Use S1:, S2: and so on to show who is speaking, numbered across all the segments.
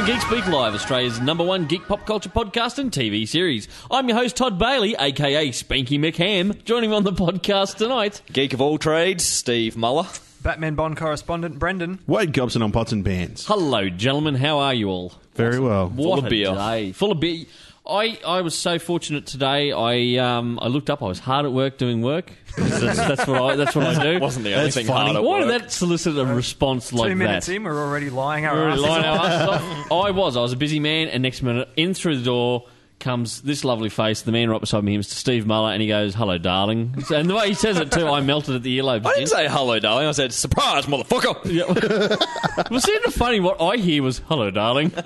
S1: Live, Australia's number one geek pop culture podcast and TV series. I'm your host, Todd Bailey, aka Spanky McHam. Joining me on the podcast tonight,
S2: Geek of all trades, Steve Muller.
S3: Batman Bond correspondent Brendan.
S4: Wade Gobson on pots and pans.
S1: hello, gentlemen. How are you all?
S4: Very well.
S1: What
S2: of
S1: a
S2: beer.
S1: day. Full of beer. I, I was so fortunate today. I um, I looked up. I was hard at work doing work. That's, that's what I that's what I do.
S2: Wasn't the only
S4: That's
S2: thing
S4: funny.
S2: hard at
S1: Why
S2: work.
S1: did that solicit a response like
S3: Two minutes
S1: that?
S3: in, we're already lying our
S1: We were
S3: asses
S1: lying
S3: off.
S1: our asses off. I was. I was a busy man, and next minute, in through the door comes this lovely face. The man right beside me, him, Steve Muller, and he goes, "Hello, darling." So- And the way he says it too, I melted at the earlobes.
S2: I
S1: again.
S2: didn't say hello, darling. I said surprise, motherfucker.
S1: Yeah. well, see, the funny what I hear was "Hello, darling."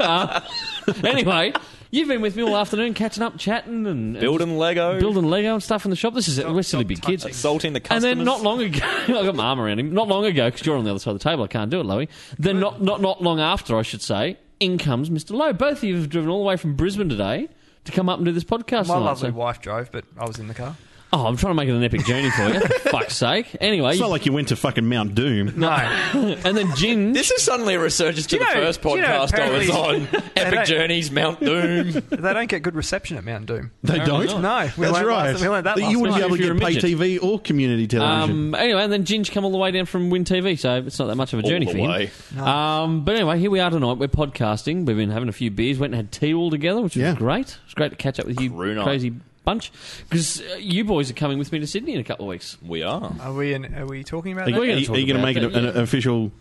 S1: Uh, anyway, you've been with me all afternoon, catching up, chatting, and, and
S2: Building Lego,
S1: building Lego and stuff in the shop. This is it. We're silly big kids.
S2: assaulting the
S1: And
S2: customers.
S1: then not long ago, I got my arm around him. Not long ago, because you're on the other side of the table, I can't do it, Lowy. Then not, not not long after, I should say, in comes Mr. Lowe. Both of you have driven all the way from Brisbane today to come up and do this podcast.
S3: My
S1: tonight,
S3: lovely
S1: so-
S3: wife drove, but I was in the car.
S1: oh, I'm trying to make it an epic journey for you. For fuck's sake. Anyway,
S4: It's not like you went to fucking Mount Doom.
S3: No.
S1: and then Jin.
S2: This is suddenly a resurgence to
S3: Do
S2: the
S3: you know-
S2: first
S3: do you know,
S2: podcast I was on.
S3: apparently-
S2: Epic Journeys, Mount Doom.
S3: they don't get good reception at Mount Doom.
S4: They don't.
S3: No, we
S4: That's
S3: learned
S4: right.
S3: last- we learned that
S4: That
S3: last
S4: you
S1: night.
S4: wouldn't be able
S1: If
S4: to
S1: you're
S4: get
S1: a
S4: pay TV or community television.
S1: Um, anyway, and then Jin's come all the way down from Win TV, so it's not that much of a journey
S2: the
S1: for him.
S2: way.
S1: Um, but anyway, here we are tonight. We're podcasting. We've been having a few beers. Went and had tea all together, which
S4: Yeah.
S1: was great. It's great to catch up with you,
S2: Crew night.
S1: crazy bunch, because uh, you boys are coming with me to Sydney in a couple of weeks.
S2: We are.
S3: Are we, in, are we talking about
S4: are you,
S1: we're
S3: that?
S1: gonna
S4: are you
S1: talk
S4: going to
S1: about
S4: make
S1: that,
S4: it an,
S1: yeah.
S4: an official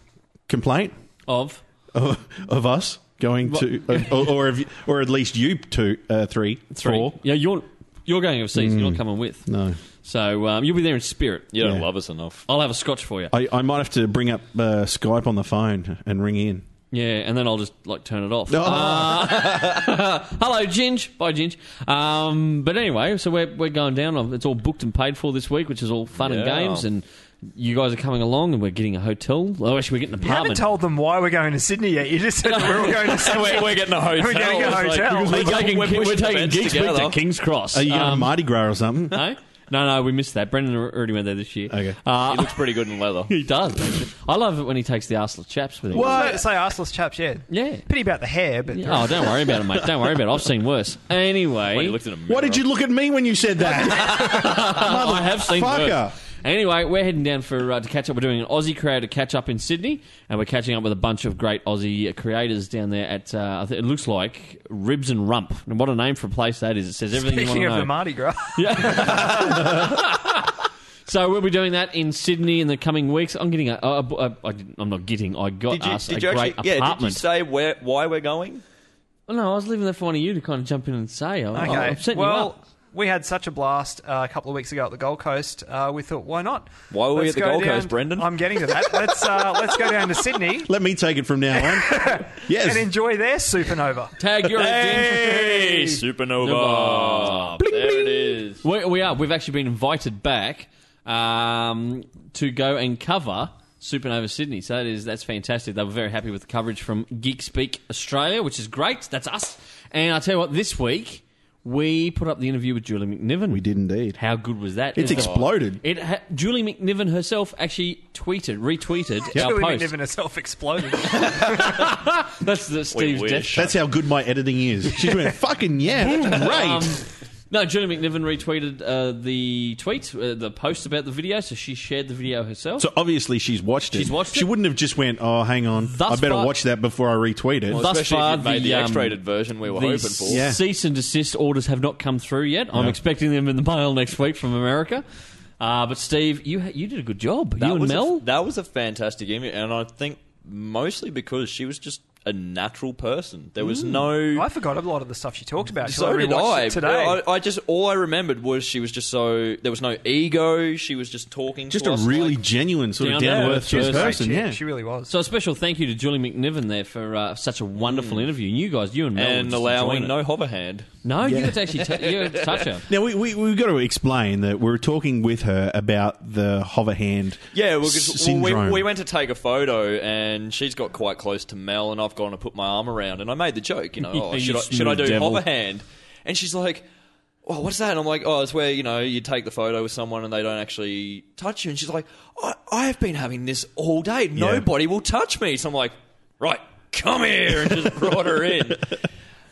S4: complaint
S1: Of
S4: of, of us going to, uh, or, or, if- or at least you two, uh, three,
S1: three.
S4: four?
S1: Yeah, you're you're going overseas. You're not coming with.
S4: No,
S1: So um, you'll be there in spirit.
S2: You don't
S4: Yeah.
S2: love us enough.
S1: I'll have a scotch for you.
S4: I, I might have to bring up uh, Skype on the phone and ring in.
S1: Yeah, and then I'll just like turn it off.
S4: Oh.
S1: Uh, hello, Ginge. Bye, Ginge. Um, but anyway, so we're we're going down. It's all booked and paid for this week, which is all fun and
S2: Yeah.
S1: games. And you guys are coming along, and we're getting a hotel. Oh, actually, we're getting an
S3: You haven't
S1: apartment.
S3: told them why we're going to Sydney yet. You just said that we're all going to Sydney.
S2: We're, we're getting a hotel.
S3: We're getting a
S2: It's like-
S3: hotel.
S2: we're,
S1: we're taking,
S2: we're
S1: we're
S2: pushing the
S1: taking
S2: beds
S1: Geeks Week
S2: together.
S1: to King's Cross.
S4: Are you going to
S1: Um,
S4: Mardi Gras or something?
S1: no, no, no. We missed that. Brendan already went there this year.
S4: Okay.
S2: He
S1: Uh,
S2: looks pretty good in leather.
S1: he does. actually. I love it when he takes the Arsenal chaps with him.
S3: Say, say arseless chaps, yeah.
S1: Yeah.
S3: Pity about the hair, but
S1: Oh, don't worry about it, mate. Don't worry about it. I've seen worse. Anyway,
S2: He looked in a mirror.
S4: Why did you look at me when you said that?
S1: I have seen
S4: Motherfucker.
S1: worse. Anyway, we're heading down for uh, to catch up. We're doing an Aussie creator catch up in Sydney, and we're catching up with a bunch of great Aussie uh, creators down there at uh, I think it looks like Ribs and Rump. And what a name for a place that is! It says everything
S3: speaking
S1: you
S3: of
S1: want to
S3: the
S1: know.
S3: Mardi Gras,
S1: so we'll be doing that in Sydney in the coming weeks. I'm getting a, a, a, a I didn't- I'm not getting. I got
S2: Did you,
S1: us
S2: did
S1: a
S2: you
S1: great
S2: actually, yeah, did you
S1: apartment.
S2: say where, why we're going?
S1: Oh, no, I was leaving that for one of you to kind of jump in and say. I, I, I'm
S3: Okay.
S1: setting you
S3: Well,
S1: up.
S3: we had such a blast uh, a couple of weeks ago at the Gold Coast. Uh, we thought, why not?
S2: Why were we
S3: Let's
S2: at the
S3: go
S2: Gold
S3: down-
S2: Coast, Brendan?
S3: I'm getting to that. Let's uh, let's go down to Sydney
S4: Let me take it from now on.
S3: and
S4: Yes.
S3: enjoy their supernova.
S1: Tag your
S2: Hey, supernova! there it is.
S1: We, we are. We've actually been invited back um, to go and cover Supernova Sydney. So that is that's fantastic. They were very happy with the coverage from Geek Speak Australia, which is great. That's us. And I tell you what, this week we put up the interview with Julie McNiven.
S4: We did indeed.
S1: How good was that?
S4: It's
S1: It was-
S4: exploded.
S1: It ha- Julie McNiven herself actually tweeted, retweeted our
S3: Julie
S1: post.
S3: McNiven herself exploded.
S1: That's the Steve's
S2: wish.
S1: death.
S4: That's how good my editing is. She's went, fucking yeah, that's great.
S1: Um, no, Julie McNiven retweeted uh, the tweet, uh, the post about the video, so she shared the video herself.
S4: so obviously she's watched it.
S1: She's watched
S4: She
S1: it?
S4: wouldn't have just went, oh, hang on,
S1: Thus
S4: I better
S1: far-
S4: watch that before I retweet it.
S1: Well, Thus
S2: Especially
S1: far,
S2: if you made the,
S1: the, um,
S2: X-rated version we were
S1: the
S2: hoping for.
S4: Yeah.
S1: cease and desist orders have not come through yet. I'm expecting them in the mail next week from America. Uh, but Steve, you ha- you did a good job. you and
S2: was
S1: Mel.
S2: A, that was a fantastic image, and I think mostly because she was just a natural person. There
S1: Mm.
S2: was no.
S3: I forgot a lot of the stuff she talked about. till
S2: so did
S3: rewatched
S2: I.
S3: it today.
S2: I. I just all I remembered was she was just so there was no ego. She was just talking.
S4: just
S2: to
S4: a
S2: us
S4: really
S2: like-
S4: genuine sort of
S1: Down to
S4: down to
S1: earth
S4: earth
S1: person.
S4: person.
S3: she,
S4: Yeah,
S3: she really was.
S1: so a special thank you to Julie McNiven there for uh, such a wonderful interview. And you guys, you and Mel, were
S2: Mm. and
S1: just enjoying
S2: allowing
S1: it.
S2: no hover hand.
S1: no, you got to actually t- you got to touch her.
S4: Now we, we we've got to explain that we're talking with her about the hover hand.
S2: Yeah, well, 'cause-
S4: s-
S2: well, we,
S4: syndrome.
S2: we went to take a photo, and she's got quite close to Mel, and I've gone to put my arm around, and I made the joke, you know, oh,
S1: You
S2: should, I, should I
S1: smooth
S2: do
S1: devil.
S2: hover hand? And she's like, oh, what's that? And I'm like, oh, it's where you know you take the photo with someone and they don't actually touch you. And she's like, I, I have been having this all day. Nobody will touch me. So I'm like, right, come here, and just brought her in.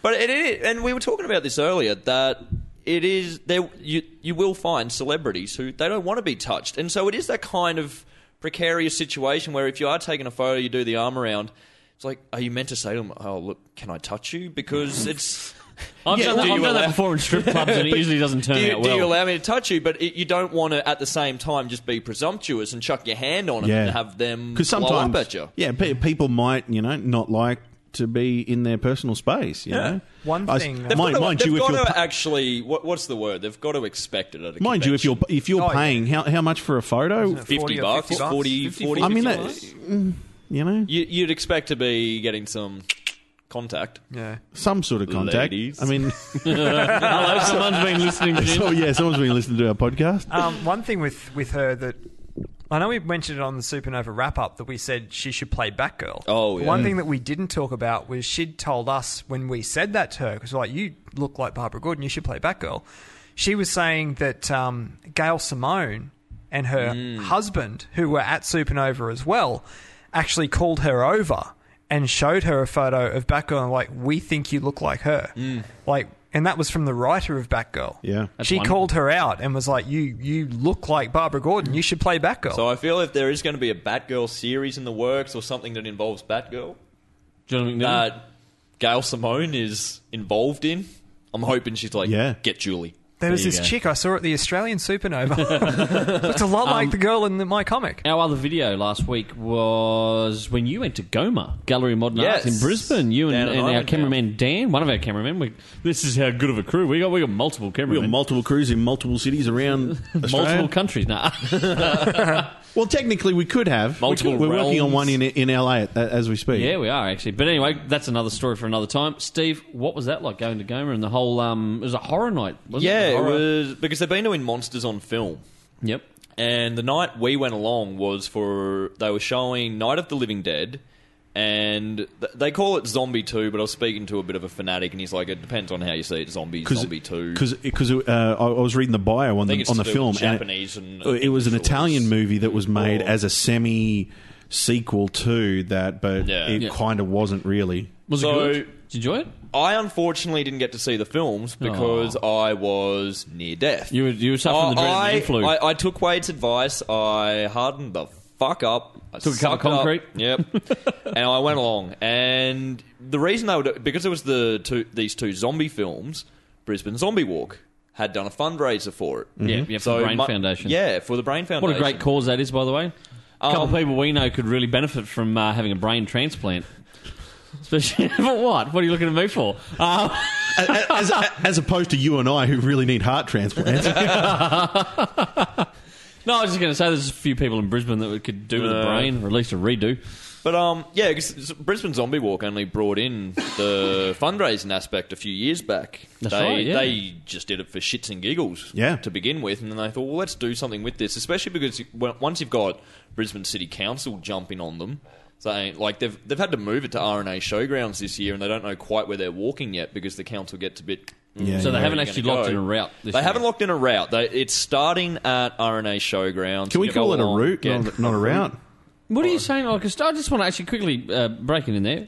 S2: But it, it, and we were talking about this earlier that it is there. You you will find celebrities who they don't want to be touched, and so it is that kind of precarious situation where if you are taking a photo, you do the arm around. It's like, are you meant to say to them, "Oh, look, can I touch you?" Because it's.
S1: I've done, that,
S2: do
S1: I've
S2: you
S1: done that
S2: allow-
S1: before in strip clubs, and it usually doesn't turn
S2: do you,
S1: out
S2: do
S1: well.
S2: you allow me to touch you? But it, you don't want to, at the same time, just be presumptuous and chuck your hand on them
S4: yeah.
S2: and have them blow
S4: because sometimes
S2: up at you.
S4: yeah, pe- people might you know not like to be in their personal space. You know,
S3: One
S4: I s-
S3: thing-
S4: mind,
S3: They've
S2: They've
S4: mind
S2: got
S4: you, if
S2: to
S4: you're pa-
S2: actually, what, what's the word? They've got to expect it at a
S4: mind you, if you're if you're
S3: Oh, yeah.
S4: paying how, how much for a photo?
S3: Isn't it
S2: 50
S3: 40 or
S2: bucks,
S3: 50 bucks?
S2: 40,
S1: 50,
S2: 40,
S4: I mean,
S2: 50
S4: that,
S1: bucks?
S4: mm, you know,
S2: You, you'd expect to be getting some contact.
S3: Yeah.
S4: some sort of contact.
S2: Ladies.
S4: I mean,
S1: Hello, someone's been listening to
S4: so,
S1: you.
S4: yeah, someone's been listening to our podcast.
S3: Um, one thing with, with her that I know we mentioned it on the Supernova wrap up that we said she should play Batgirl.
S2: Oh,
S3: But
S2: yeah.
S3: One thing that we didn't talk about was she'd told us when we said that to her because like you look like Barbara Gordon, you should play Batgirl. She was saying that um, Gail Simone and her husband, who were at Supernova as well, actually called her over and showed her a photo of Batgirl and like, we think you look like her, like, and that was from the writer of Batgirl.
S4: Yeah. That's
S3: she
S1: wonderful.
S3: called her out and was like, "You you look like Barbara Gordon. You should play Batgirl."
S2: So I feel if there is going to be a Batgirl series in the works or something that involves Batgirl,
S1: Jonathan McNiven?
S2: that Gail Simone is involved in, I'm hoping she's like,
S4: Yeah.
S2: get Julie.
S3: there was
S1: there you
S3: this
S1: go.
S3: chick I saw at the Australian Supernova. Looks a lot
S2: Um,
S3: like the girl in the, my comic.
S1: Our other video last week was when you went to GOMA, Gallery of Modern
S2: Yes.
S1: Arts in Brisbane. You
S2: Down
S1: and,
S2: at
S1: and our
S2: Ivanhoe.
S1: cameraman Dan, one of our cameramen. We, this is how good of a crew we got. We got multiple
S4: We got
S1: cameramen,
S4: multiple crews in multiple cities around
S1: multiple
S4: Australia.
S1: countries. Nah.
S4: Well, technically, we could have
S2: Multiple
S4: We could- We're working on
S2: realms.
S4: one in in LA at- as we speak.
S1: yeah, we are actually. But anyway, that's another story for another time. Steve, what was that like going to GOMA and the whole? Um, it was a horror night. Wasn't
S2: yeah,
S1: it,
S2: it
S1: Horror-
S2: was because they've been doing monsters on film.
S1: Yep.
S2: And the night we went along was for they were showing Night of the Living Dead, and th- they call it Zombie Two. But I was speaking to a bit of a fanatic, and he's like, "It depends on how you see it. Zombie, Zombie Two.
S4: Because uh, I, I was reading the bio on
S2: think
S4: the
S2: it's
S4: on
S2: to
S4: the
S2: do
S4: film.
S2: with
S4: and it-
S2: Japanese and-
S4: it was an
S2: sure it's-
S4: Italian movie that was made
S2: Oh.
S4: as a semi sequel to that, but
S2: Yeah.
S4: it
S1: Yeah.
S4: kind of wasn't really.
S1: Was
S2: So-
S1: it good? Did you enjoy it?
S2: I unfortunately didn't get to see the films because I was near death.
S1: You were you were
S2: I,
S1: suffering the dread of
S2: Oh, I-
S1: the influ.
S2: I, I took Wade's advice. I hardened the fuck up. I
S1: Took a cup of
S2: sucked up.
S1: concrete.
S2: Yep. and I went along. And the reason they would because it was the two, these two zombie films, Brisbane Zombie Walk had done a fundraiser for it.
S1: yeah, yeah, for
S2: So
S1: the Brain
S2: mu-
S1: Foundation.
S2: Yeah, for the Brain Foundation.
S1: What a great cause that is, by the way. A couple
S2: Um,
S1: of people we know could really benefit from uh, having a brain transplant. Especially, but what? What are you looking at me for? Um,
S4: as, as opposed to you and I, who really need heart transplants.
S1: no, I was just going to say there's a few people in Brisbane that could do with a
S2: Uh,
S1: brain, or at least a redo.
S2: But um, yeah, because Brisbane Zombie Walk only brought in the fundraising aspect a few years back.
S1: That's
S2: they,
S1: right, yeah.
S2: They just did it for shits and giggles,
S4: Yeah.
S2: to begin with, and then they thought, well, let's do something with this, especially because you- when- once you've got Brisbane City Council jumping on them, saying like they've they've had to move it to RNA Showgrounds this year, and they don't know quite where they're walking yet because the council gets a bit. mm,
S4: Yeah,
S1: So
S4: yeah.
S1: they haven't
S2: where are you
S1: actually
S2: gonna
S1: locked
S2: go?
S1: in a route. This
S2: They
S1: year.
S2: haven't locked in a route. They, it's starting at RNA Showgrounds.
S4: Can we
S2: You go
S4: call it a
S2: along,
S4: route,
S2: get-
S4: not, not a route?
S1: What are you saying? Like, I just want to actually quickly uh, break it in there.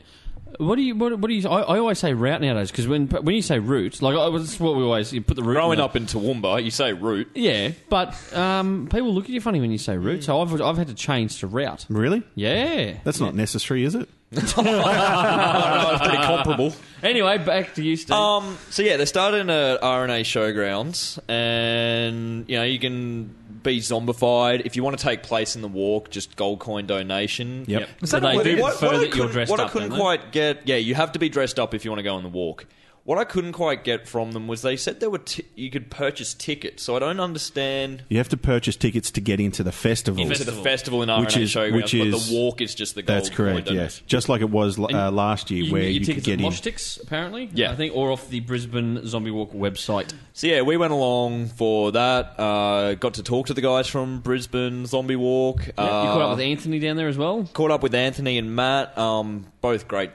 S1: What do you? What, what do you? I, I always say route nowadays because when when you say route, like I, that's what we always you put the route.
S2: Growing
S1: in the-
S2: up in Toowoomba, you say route.
S1: yeah. But um, people look at you funny when you say route, so I've I've had to change to route.
S2: Mm.
S4: Really?
S1: Yeah.
S4: That's not necessary, is it?
S2: pretty comparable.
S1: Anyway, back to you, Steve.
S2: Um, so yeah, they started in a RNA showgrounds, and you know you can be zombified if you want to take place in the walk. Just gold coin donation.
S4: Yep.
S3: Is
S1: So
S3: that a
S1: they
S3: word?
S1: do
S3: What-
S1: prefer
S2: I
S1: that you're
S2: couldn't-
S1: dressed
S2: what I
S1: up. eh?
S2: couldn't
S1: don't they?
S2: quite get, yeah, you have to be dressed up if you want to go on the walk. What I couldn't quite get from them was they said there were t- you could purchase tickets, so I don't understand
S4: You have to purchase tickets to get into the festival.
S2: into the festival in RNA
S4: Which is-
S2: showgrounds,
S4: which
S2: but
S4: is-
S2: the walk is just the gold
S4: That's correct.
S2: coin
S4: Yes, just like it was uh, last year,
S1: You can
S4: where
S1: get your
S4: you could
S1: tickets
S4: get
S1: at
S4: in.
S1: Moshtix, apparently.
S2: Yeah.
S1: I think, or off the Brisbane Zombie Walk website.
S2: So yeah, we went along for that. Uh, got to talk to the guys from Brisbane Zombie Walk.
S1: you caught
S2: Uh,
S1: up with Anthony down there as well.
S2: caught up with Anthony and Matt. Um, both great,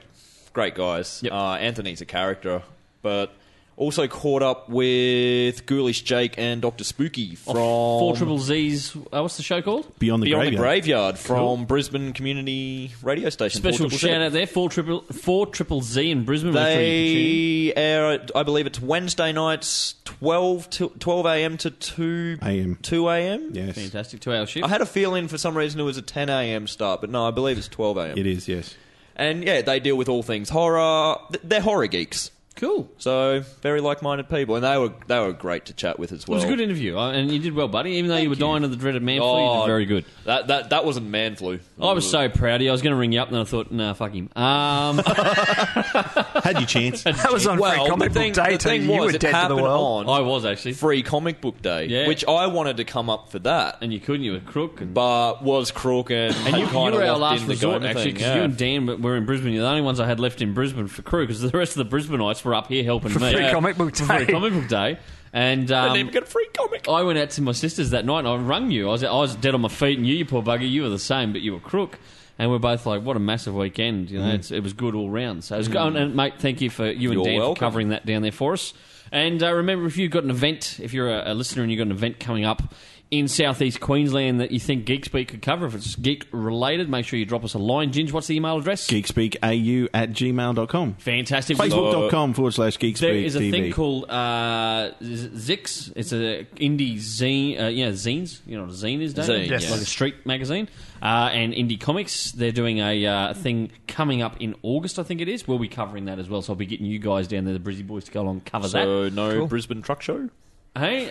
S2: great guys.
S1: Yep.
S2: Uh, Anthony's a character, but Also caught up with Ghoulish Jake and Doctor Spooky from
S1: Four Triple Z's. Uh, what's the show called?
S4: Beyond the
S2: Beyond the
S4: graveyard.
S2: Graveyard from Brisbane Community Radio Station.
S1: Special
S2: 4ZZZ.
S1: shout out there. Four Triple Four Triple Z in Brisbane. where three
S2: They air, I believe it's Wednesday nights, 12, to, 12 a.m. to 2
S4: AM.
S2: 2 a.m.?
S1: you can tune in.
S4: Yes,
S1: Fantastic two-hour shift.
S2: I had a feeling for some reason it was a 10 a.m. start, but no, I believe it's 12 a.m.
S4: it is. Yes.
S2: And yeah, they deal with all things horror. Th- They're horror geeks.
S1: cool.
S2: So very like-minded people, and they were they were great to chat with as
S1: It
S2: well.
S1: was a good interview, uh, and you did well, buddy. Even though you were dying of the dreaded man flu, you
S2: Oh,
S1: did very good.
S2: That that that wasn't man flu.
S1: I was so proud of you. I was going to ring you up, and then I thought, nah, fuck him. Um,
S4: Had your chance.
S3: That was on
S2: well.
S3: free comic
S2: the thing,
S3: book day,
S2: the
S3: too.
S2: thing
S3: You
S2: was,
S3: were
S2: it
S3: dead to the
S2: happened
S3: world.
S2: on
S1: I was actually,
S2: free comic book day,
S1: Yeah.
S2: which I wanted to come up for that,
S1: and you couldn't. You were crook, and,
S2: but was crook and
S1: and you, you
S2: kind
S1: were
S2: of
S1: our last resort actually because
S2: yeah.
S1: you and Dan were- were in Brisbane. You're the only ones I had left in Brisbane for crew because the rest of the Brisbaneites were up here helping me.
S3: free comic book
S1: For free
S3: day.
S1: comic book day, and
S2: I
S1: um,
S2: didn't even get a free comic.
S1: I went out to my sister's that night and I rung you. I was, I was dead on my feet, and you, you poor bugger, you were the same, but you were crook. And we're both like, what a massive weekend. You know, it's, it was good all round. So it was going, and mate, thank you for you and
S2: Mm. You're
S1: Dan for
S2: welcome.
S1: covering that down there for us. And uh, remember, if you've got an event, if you're a, a listener and you've got an event coming up in southeast Queensland that you think Geek Speak could cover, if it's geek related, make sure you drop us a line. Ginge, what's the email address?
S4: Geekspeakau at gmail.com.
S1: Fantastic.
S4: Facebook.com forward slash geekspeak.
S1: There is a
S4: TV.
S1: thing called uh, Z- Zix. It's a indie zine. Uh, yeah, zines. You know what a zine is, don't you?
S2: Zine,
S3: Yes.
S1: Like a street magazine. Uh, and indie comics. They're doing a uh, thing coming up in August, I think it is. We'll be covering that as well. So I'll be getting you guys down there, the Brizzy Boys, to go along and cover that.
S2: So no Brisbane truck show.
S1: Hey,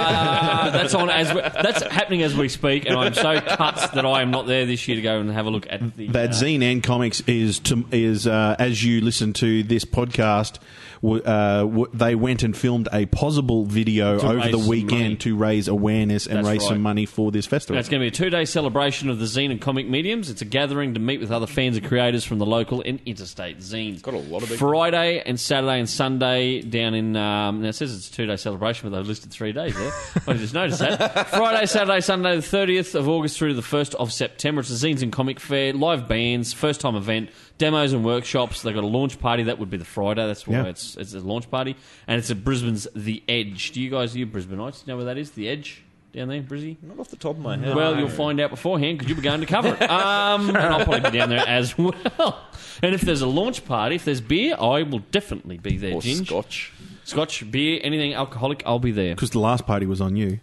S1: uh, that's on as we, that's happening as we speak, and I'm so cut that I am not there this year to go and have a look at the
S4: That
S1: uh,
S4: zine and comics is to, is uh, as you listen to this podcast, w- uh, w- they went and filmed a possible video
S1: To
S4: over
S1: raise
S4: the
S1: some money.
S4: weekend to raise awareness and
S1: That's
S4: raise
S1: right.
S4: some money for this festival.
S1: Now, it's going to be a two day celebration of the zine and comic mediums. It's a gathering to meet with other fans and creators from the local and interstate zines.
S2: Got a lot of big-
S1: Friday and Saturday and Sunday down in. Um, now, it says it's a two day celebration, but they've listed three days there. I just noticed that. Friday, Saturday, Sunday, the 30th of August through to the 1st of September. It's a zines and comic fair, live bands, first time event. Demos and workshops. They've got a launch party. That would be the Friday. That's why
S4: Yeah.
S1: it's it's a launch party, and it's at Brisbane's The Edge. Do you guys, you Brisbaneites, know where that is? The Edge down there, Brizzy.
S2: Not off the top of my head.
S1: Well, you'll find out beforehand because you'll be going to cover it. Um, and I'll probably be down there as well. And if there's a launch party, if there's beer, I will definitely be there.
S2: or
S1: Ginge.
S2: Scotch.
S1: Scotch, beer, anything alcoholic, I'll be there.
S4: Because the last party was on you.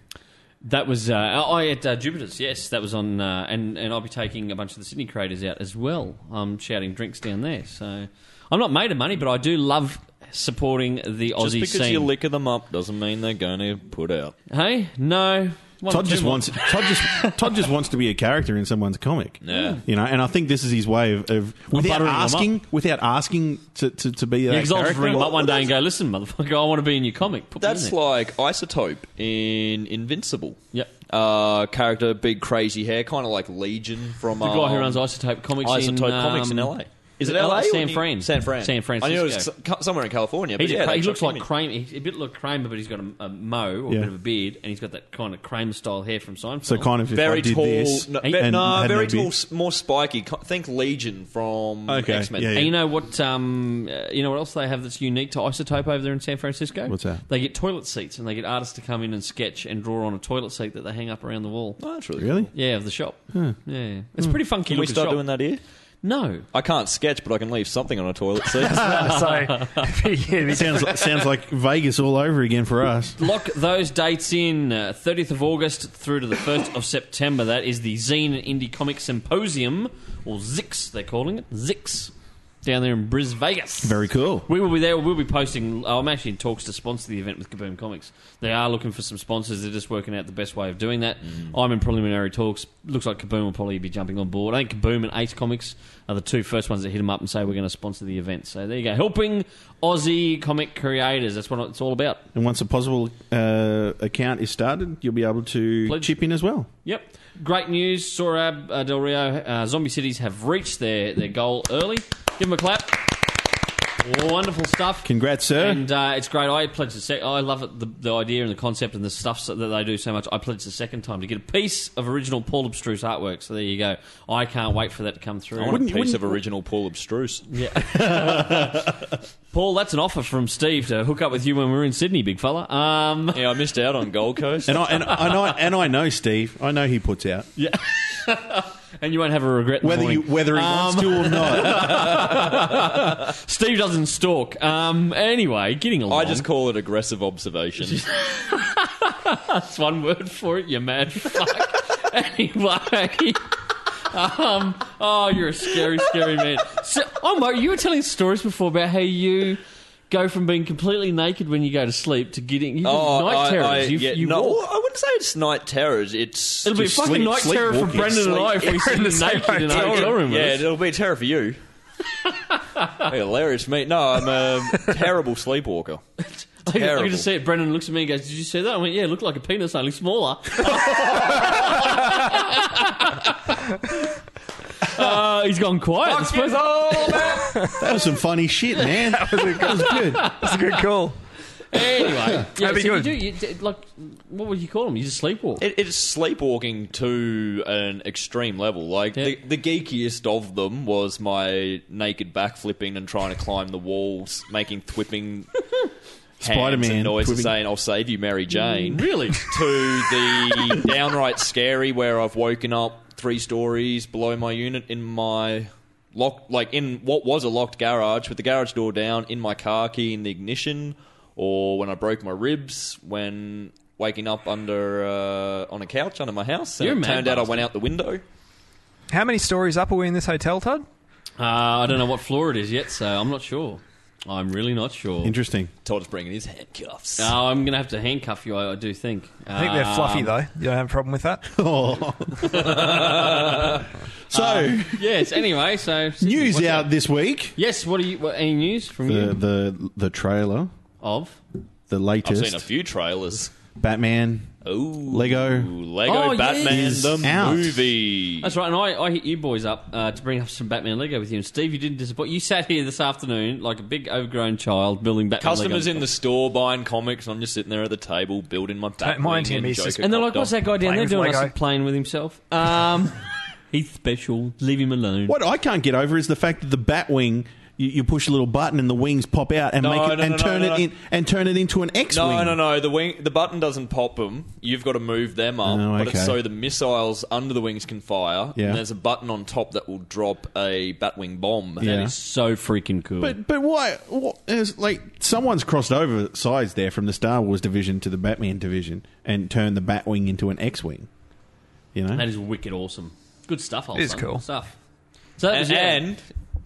S1: That was uh, I at uh, Jupiter's. Yes, that was on, uh, and and I'll be taking a bunch of the Sydney creators out as well. I'm shouting drinks down there. So I'm not made of money, but I do love supporting the
S2: Just
S1: Aussie
S2: because
S1: scene.
S2: you liquor them up doesn't mean they're going to put out.
S1: hey, no. One or
S4: Todd
S1: two
S4: just
S1: more.
S4: wants Todd just Todd just wants to be a character in someone's comic.
S2: Yeah.
S4: You know, and I think this is his way of, of without
S1: buttering 'em up.
S4: asking, without asking to, to, to be that
S1: Yeah, because I'll just
S4: character.
S1: ring him up one day and go, listen, motherfucker, I want to be in your comic. Put me in
S2: That's
S1: there."
S2: like Isotope in Invincible.
S1: Yep.
S2: Uh, character, big crazy hair, kind of like Legion from
S1: The guy who runs
S2: um,
S1: Isotope Comics in
S2: Isotope Comics in
S1: um,
S2: LA. Is it
S1: uh,
S2: LA? or
S1: San
S2: New-
S1: Fran.
S2: San Fran.
S1: San
S2: I knew it was
S1: Francisco.
S2: s- somewhere in California. But
S1: He's a
S2: yeah,
S1: cra-
S2: they
S1: he looks
S2: chucked
S1: like
S2: him in.
S1: Kramer. He's a bit like Kramer, but he's got a, a mo or
S4: Yeah.
S1: a bit of a beard, and he's got that kind of Kramer style hair from Seinfeld.
S4: so kind of if I
S2: very
S4: did
S2: tall.
S4: this
S2: No,
S4: and
S2: ve- no,
S4: had
S2: very
S4: no beard.
S2: tall, s- more spiky. Co- Think Legion from
S4: Okay,
S2: X Men.
S4: yeah, yeah.
S1: And you know what? Um, uh, you know what else they have that's unique to Isotope over there in San Francisco?
S4: What's that?
S1: They get toilet seats, and they get artists to come in and sketch and draw on a toilet seat that they hang up around the wall.
S2: Oh, that's really. cool.
S4: Really?
S1: Yeah, of the shop. Yeah, it's pretty funky.
S2: Hmm. Can we
S1: looking
S2: start
S1: shop.
S2: doing that here?
S1: No,
S2: I can't sketch, but I can leave something on a toilet seat.
S3: so, if you- if you-
S4: Sounds like, sounds like Vegas all over again for us.
S1: Lock those dates in uh, 30th of August through to the 1st of September. That is the Zine and Indie Comic Symposium, or ZIX, they're calling it. ZIX, down there in Bris Vegas.
S4: Very cool.
S1: We will be there. We'll be posting. oh, I'm actually in talks to sponsor the event with Kaboom Comics. They are looking for some sponsors. They're just working out the best way of doing that.
S4: Mm.
S1: I'm in preliminary talks. Looks like Kaboom will probably be jumping on board. I think Kaboom and Ace Comics are the two first ones that hit them up and say we're going to sponsor the event. So there you go, helping Aussie comic creators. That's what it's all about.
S4: And once a possible uh, account is started, you'll be able to
S1: Pledge.
S4: chip in as well.
S1: Yep. Great news. Sorab, uh, Del Rio, uh, Zombie Cities have reached their, their goal early. Give them a clap. Wonderful stuff.
S4: Congrats, sir.
S1: And uh, it's great. I pledged the sec- I love it, the, the idea and the concept and the stuff so- that they do so much. I pledged the second time to get a piece of original Paul Abstruse artwork. So there you go. I can't wait for that to come through.
S2: I want
S4: Wouldn't-
S2: a piece
S4: wouldn't-
S2: of original Paul Abstruse.
S1: Paul, that's an offer from Steve to hook up with you when we're in Sydney, big fella. Um,
S2: Yeah, I missed out on Gold Coast.
S4: And I, and, I- and, I, and I know Steve. I know he puts out
S1: and you won't have a regret. in the
S4: whether you,
S1: morning.
S4: whether he wants to or not.
S1: Steve doesn't stalk. Um, anyway, getting along.
S2: I just call it aggressive observation.
S1: That's one word for it, you mad fuck. anyway. Um, oh, you're a scary, scary man. So, oh, Mark, you were telling stories before about how you go from being completely naked when you go to sleep to getting you
S2: Oh,
S1: night
S2: I-
S1: terrors.
S2: I-
S1: you
S2: yeah,
S1: you
S2: no,
S1: walk.
S2: I wouldn't say it's night terrors. It's
S1: It'll be a
S4: just
S1: fucking
S4: sleep-
S1: night terror for
S4: sleepwalking.
S1: Brendan and I if we
S2: Sleep-
S1: sit
S3: in the same
S1: naked in a
S3: hotel
S1: hotel room. with
S2: yeah,
S1: us.
S2: it'll be a terror for you. Hilarious, mate. No, I'm a terrible sleepwalker.
S1: I can- I can
S2: terrible.
S1: just see it. Brendan looks at me and goes, "Did you see that?" I went, "Yeah, it looked like a penis, only smaller." uh, he's gone quiet. This person-
S4: That was some funny shit, man. that was good.
S3: That's a good call.
S1: Anyway, yeah,
S3: That'd be
S1: so
S3: good.
S1: You do, you, d- like, what would you call them? You just sleepwalk.
S2: It, it's sleepwalking to an extreme level. Like
S1: Yeah.
S2: the, the geekiest of them was my naked backflipping and trying to climb the walls, making thwipping hands
S4: Spider-Man
S2: and noises,
S4: thwipping.
S2: saying "I'll save you, Mary Jane."
S1: really?
S2: to the downright scary where I've woken up three stories below my unit in my lock, like in what was a locked garage with the garage door down, in my car key in the ignition, or when I broke my ribs when waking up under uh, on a couch under my house. And
S1: You're a
S2: it
S1: mad
S2: turned out I went out the window.
S3: How many stories up are we in this hotel, Todd?
S1: Uh, I don't know what floor it is yet, so I'm not sure. I'm really not sure.
S4: Interesting.
S2: Todd's bringing his handcuffs.
S1: Oh, I'm going to have to handcuff you, I, I do think.
S3: I think they're fluffy
S1: Um,
S3: though. You don't have a problem with that?
S4: Oh. so,
S1: Yes, anyway, so.
S4: news
S1: what's
S4: out
S1: up?
S4: this week.
S1: Yes, what are you. What, any news from
S4: The,
S3: Um,
S1: you?
S4: the the trailer,
S1: Of?
S4: the
S2: I've
S4: latest
S2: seen a few trailers.
S4: Batman.
S2: Ooh,
S4: Lego.
S2: Lego
S1: Oh,
S2: Batman
S1: yes.
S2: the
S4: Out.
S2: movie.
S1: That's right, and I, I hit you boys up uh, to bring up some Batman Lego with you. And Steve, you didn't disappoint. You sat here this afternoon like a big overgrown child building Batman
S2: Customers
S1: Lego.
S2: in the store buying comics, and I'm just sitting there at the table building my Batman.
S3: mind him, he's just-
S1: And they're like, what's that guy down
S3: Playing
S1: there
S3: with
S1: doing?
S3: Lego.
S1: I said, playing with himself. Um, he's special. Leave him alone.
S4: What I can't get over is the fact that the Batwing. You, you push a little button and the wings pop out and
S2: No,
S4: make
S2: no,
S4: it and
S2: no, no,
S4: turn
S2: no,
S4: it
S2: no.
S4: in and turn it into an X-wing.
S2: No, no, no. The wing, the button doesn't pop them. You've got to move them up,
S4: Oh,
S2: but it's
S4: okay.
S2: so the missiles under the wings can fire.
S4: Yeah.
S2: And there's a button on top that will drop a Batwing bomb.
S4: Yeah.
S1: It's so freaking cool.
S4: But but why? What is like someone's crossed over sides there from the Star Wars division to the Batman division and turned the Batwing into an X-wing. You know,
S1: that is wicked awesome. Good stuff, old
S3: It is
S1: son.
S3: cool.
S1: Good stuff. So that
S2: And,
S1: was, yeah.
S2: and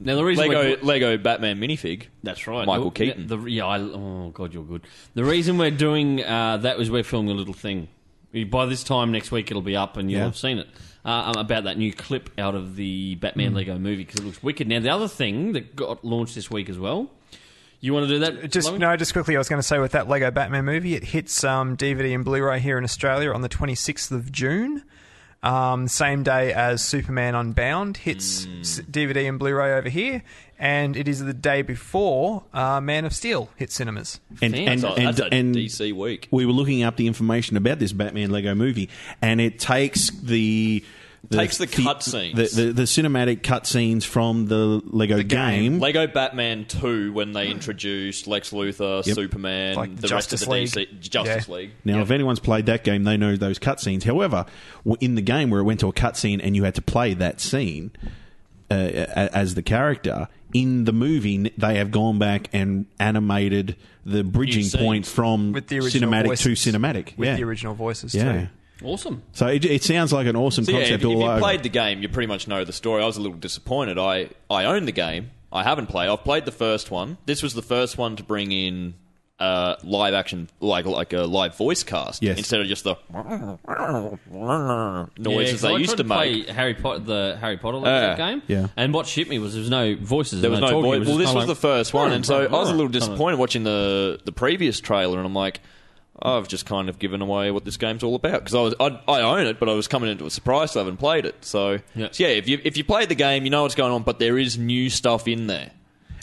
S1: now the reason
S2: Lego
S1: we're,
S2: Lego Batman minifig.
S1: that's right,
S2: Michael
S1: Look,
S2: Keaton.
S1: The, yeah, I, oh god, you're good. The reason we're doing uh, that was we're filming a little thing. By this time next week, it'll be up, and you'll
S4: Yeah.
S1: have seen it uh, um, about that new clip out of the Batman Lego movie because it looks wicked. Now the other thing that got launched this week as well. You want to do that?
S3: Just
S1: Chloe?
S3: no, just quickly. I was going to say with that Lego Batman movie, it hits um, DVD and Blu-ray here in Australia on the 26th of June, um, same day as Superman Unbound hits s- DVD and Blu-ray over here, and it is the day before uh, Man of Steel hits cinemas.
S4: and
S1: Damn.
S4: and
S2: So
S4: and,
S2: that's a
S4: and
S2: DC week.
S4: we were looking up the information about this Batman Lego movie, and it takes the.
S2: Takes the
S4: thi-
S2: cutscenes.
S4: the, the, the cinematic cutscenes from the Lego game,
S2: Lego Batman Two when they introduced Lex Luthor,
S4: Yep.
S2: Superman,
S3: Like
S2: the
S3: Justice
S2: rest of the
S3: League.
S2: DC Justice
S3: Yeah.
S2: League.
S4: Now, if anyone's played that game, they know those cutscenes. However, w- in the game where it went to a cutscene and you had to play that scene uh, a- as the character, in the movie n- they have gone back and animated the bridging
S2: scenes.
S4: point from
S3: With the original
S4: cinematic to
S3: voices.
S4: cinematic.
S3: With
S4: yeah.
S3: the original voices,
S4: yeah.
S3: too.
S1: Awesome.
S4: So it, it sounds like an awesome
S2: So yeah, if,
S4: concept
S2: if
S4: all
S2: you
S4: over.
S2: played the game, you pretty much know the story. I was a little disappointed. I, I own the game. I haven't played. I've played the first one. This was the first one to bring in uh, live action, like like a live voice cast
S4: Yes.
S2: instead of just the
S1: Yeah,
S2: noises
S1: 'cause I
S2: they used
S1: tried
S2: to make.
S1: Play Harry Potter, the Harry Potter
S2: Yeah.
S1: game.
S4: Yeah.
S1: And what shit me was there was no voices.
S2: There was no
S1: talking, it
S2: voice.
S1: was
S2: Well,
S1: just
S2: this was
S1: kinda
S2: the
S1: like,
S2: first one, and so I was a little
S1: Kinda-
S2: disappointed watching the the previous trailer, and I'm like. I've just kind of given away what this game's all about because I was I, I own it, but I was coming into a surprise. So I haven't played it, so
S1: Yeah.
S2: so yeah. If you if you played the game, you know what's going on, but there is new stuff in there.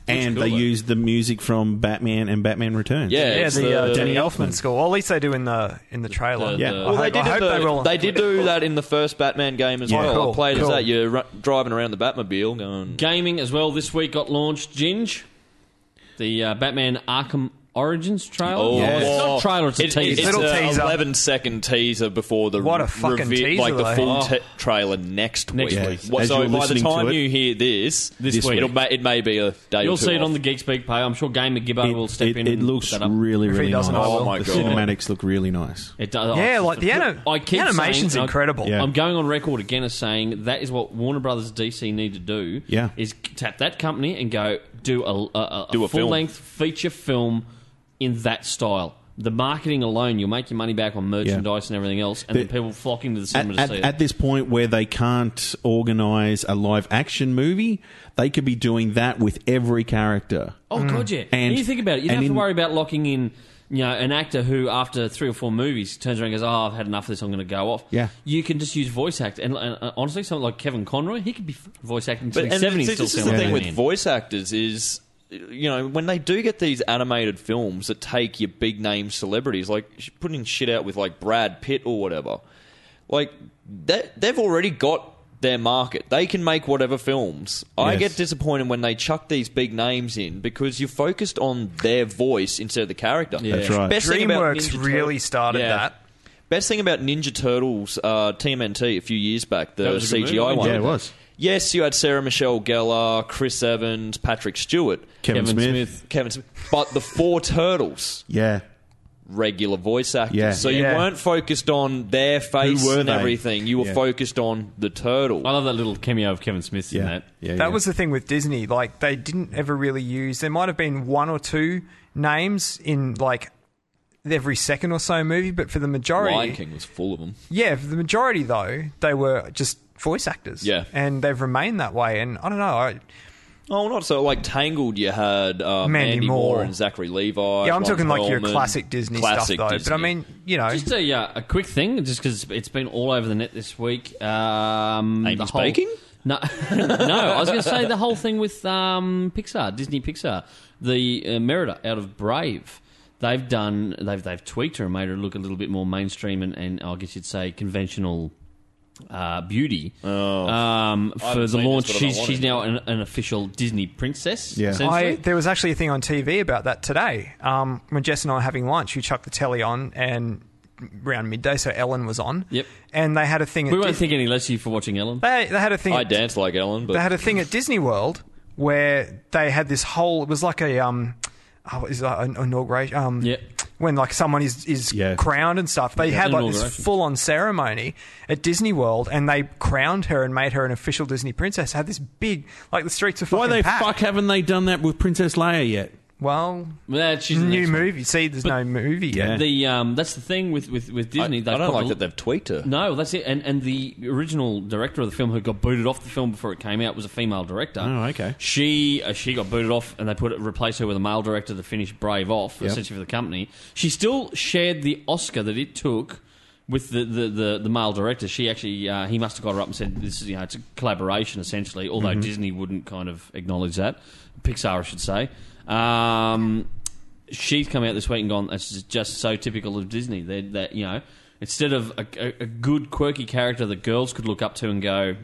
S4: and
S1: cool,
S4: they
S1: though.
S4: used the music from Batman and Batman Returns.
S2: Yeah,
S3: Yeah,
S2: it's
S3: the, uh,
S2: the-
S3: Danny
S4: Elfman.
S3: Elfman score. Well, at least they do in the in the trailer.
S1: the- Yeah.
S3: I
S1: Well,
S2: Well,
S3: hope,
S2: they did,
S3: I
S2: it
S3: hope
S2: the-
S3: they roll.
S2: they did do that in the first Batman game as
S4: Yeah.
S2: well.
S3: Cool,
S2: I played
S3: cool.
S2: as that. You're ru- driving around the Batmobile going.
S1: Gaming as well this week got launched Ginge, the uh, Batman Arkham Origins trailer.
S2: Oh,
S4: Yes.
S1: it's not a trailer, it's a
S2: It-
S1: teaser.
S2: It's
S3: Little
S2: a
S3: teaser.
S2: 11 second teaser before the
S3: What a fucking
S2: reve-
S3: teaser,
S2: like the full
S1: though. Oh.
S2: te- trailer next,
S1: Next
S2: week.
S1: week.
S2: What-
S4: As
S2: so
S4: you're
S2: by the
S4: listening to
S2: time
S4: it-
S2: you hear this,
S1: This
S4: This
S1: week.
S4: week.
S2: it'll ma- it may be a day.
S1: You'll
S2: or two
S1: see it
S2: off.
S1: on the Geek Speak page. I'm sure Gamer Gibbo
S4: It,
S1: will step
S4: it,
S1: in.
S4: it
S1: and
S4: looks
S1: set up.
S4: really,
S3: If he
S4: really nice.
S3: doesn't, I
S2: will. Oh, my
S4: the
S2: God.
S4: cinematics look really nice.
S1: It does.
S3: Yeah,
S1: it's
S3: like
S1: just
S3: the
S1: a-
S3: anim-
S1: I keep
S3: animation's
S1: saying- I-
S3: incredible.
S4: Yeah.
S1: I'm going on record again as saying that is what Warner Brothers DC need to do.
S4: Yeah.
S1: is tap that company and go do a, a, a,
S2: Do a film.
S1: full length feature film in that style. The marketing alone, you'll make your money back on merchandise and everything else, and
S4: The-
S1: the, people flocking to the cinema
S4: At,
S1: to
S4: at,
S1: see it.
S4: at this point, where they can't organize a live action movie, they could be doing that with every character.
S1: Oh
S2: Mm.
S1: god, yeah.
S4: And-
S1: And you think about it, you don't
S4: and
S1: have to
S4: in-
S1: worry about locking in, you know, an actor who after three or four movies turns around and goes, "Oh, I've had enough of this. I'm going to go off."
S4: Yeah.
S1: you can just use voice act, and, and uh, honestly, something like Kevin Conroy, he could be f- voice acting
S2: But
S1: till
S2: and
S1: seventies.
S2: see,
S1: Still
S2: this is the
S1: sounding
S2: thing with
S1: man.
S2: voice actors is, you know, when they do get these animated films that take your big name celebrities, like sh- putting shit out with like Brad Pitt or whatever, like that they've already got their market. They can make whatever films. I
S4: Yes.
S2: get disappointed when they chuck these big names in because you're focused on their voice instead of the character.
S1: Yeah. That's
S4: right.
S2: thing about
S3: DreamWorks
S2: Ninja
S3: really
S2: Turtles-
S3: started
S2: Yeah.
S3: that.
S2: Best thing about Ninja Turtles uh, TMNT a few years back, the
S1: That was a good
S2: CGI
S1: movie.
S2: one.
S4: Yeah, it was.
S2: Yes, you had Sarah Michelle Gellar, Chris Evans, Patrick Stewart,
S4: Kevin,
S1: Kevin
S4: Smith.
S1: Smith.
S2: Kevin Smith, but the four turtles,
S4: Yeah.
S2: regular voice actors.
S4: Yeah.
S2: So
S3: Yeah.
S2: you weren't focused on their face
S4: were
S2: and
S4: they?
S2: everything. You were
S4: Yeah.
S2: focused on the turtle.
S1: I love that little cameo of Kevin Smith
S4: Yeah.
S1: in that.
S4: yeah
S3: That
S4: yeah.
S3: was the thing with Disney. Like they didn't ever really use. There might have been one or two names in like every second or so movie, but for the majority,
S2: Lion King was full of them.
S3: yeah, for the majority though, they were just voice actors.
S2: Yeah.
S3: and they've remained that way. And I don't know. I,
S2: Oh, not so like Tangled. You had uh,
S3: Mandy
S2: Mandy, Moore.
S3: Moore.
S2: and Zachary Levi.
S3: yeah, I'm talking
S2: Ron
S3: like your
S2: Perlman.
S3: classic Disney
S2: Classic
S3: stuff though.
S2: Disney.
S3: But I mean, you know,
S1: Just a, uh, a quick thing, just because it's been all over the net this week. Um, the
S2: Amy's
S1: whole-
S2: baking?
S1: No, no. I was going to say the whole thing with um, Pixar, Disney Pixar, the uh, Merida out of Brave. They've done they've they've tweaked her and made her look a little bit more mainstream and, and I guess you'd say conventional uh, beauty. Oh, um, for
S2: haven't
S1: the
S2: seen
S1: launch,
S2: this, but I
S1: she's
S2: want
S1: she's
S2: it.
S1: now an, an official Disney princess.
S4: Yeah.
S1: essentially.
S3: I, there was actually a thing on TV about that today. Um, when Jess and I were having lunch, we chucked the telly on and around midday, so Ellen was on.
S1: Yep.
S3: And they had a thing. At
S1: we won't
S3: Dis-
S1: think any less of you for watching Ellen.
S3: they, they had a thing.
S2: I
S3: at-
S2: dance like Ellen, but
S3: they had a thing at Disney World where they had this whole. It was like a um, oh, is that an inauguration? Um,
S1: Yep.
S3: When like someone is is
S4: Yeah.
S3: crowned and stuff, they had like this
S1: Inauguration.
S3: full on ceremony at Disney World, and they crowned her and made her an official Disney princess. Had this big like the streets of
S4: Why
S3: fucking
S4: the
S3: packed.
S4: fuck haven't they done that with Princess Leia yet?
S3: Well,
S1: Well, she's the
S3: new
S1: next one.
S3: movie. See, there's no movie yet.
S4: Yeah.
S1: The um, that's the thing with with, with
S2: Eh. I, I
S1: Disney.
S2: don't
S1: they've got
S2: like
S1: the-
S2: that they've tweaked her.
S1: No, that's it. And and the original director of the film who got booted off the film before it came out was a female director.
S4: Oh, okay.
S1: She uh, she got booted off, and they put it, replaced her with a male director to finish Brave off,
S4: Yep.
S1: essentially for the company. She still shared the Oscar that it took. With the, the, the, the male director, she actually uh, he must have got her up and said this is you know it's a collaboration essentially. Although
S4: Mm-hmm.
S1: Disney wouldn't kind of acknowledge that, Pixar I should say. Um, she's come out this week and gone. It's just- just so typical of Disney. They're, that you know, instead of a, a, a good quirky character that girls could look up to and go,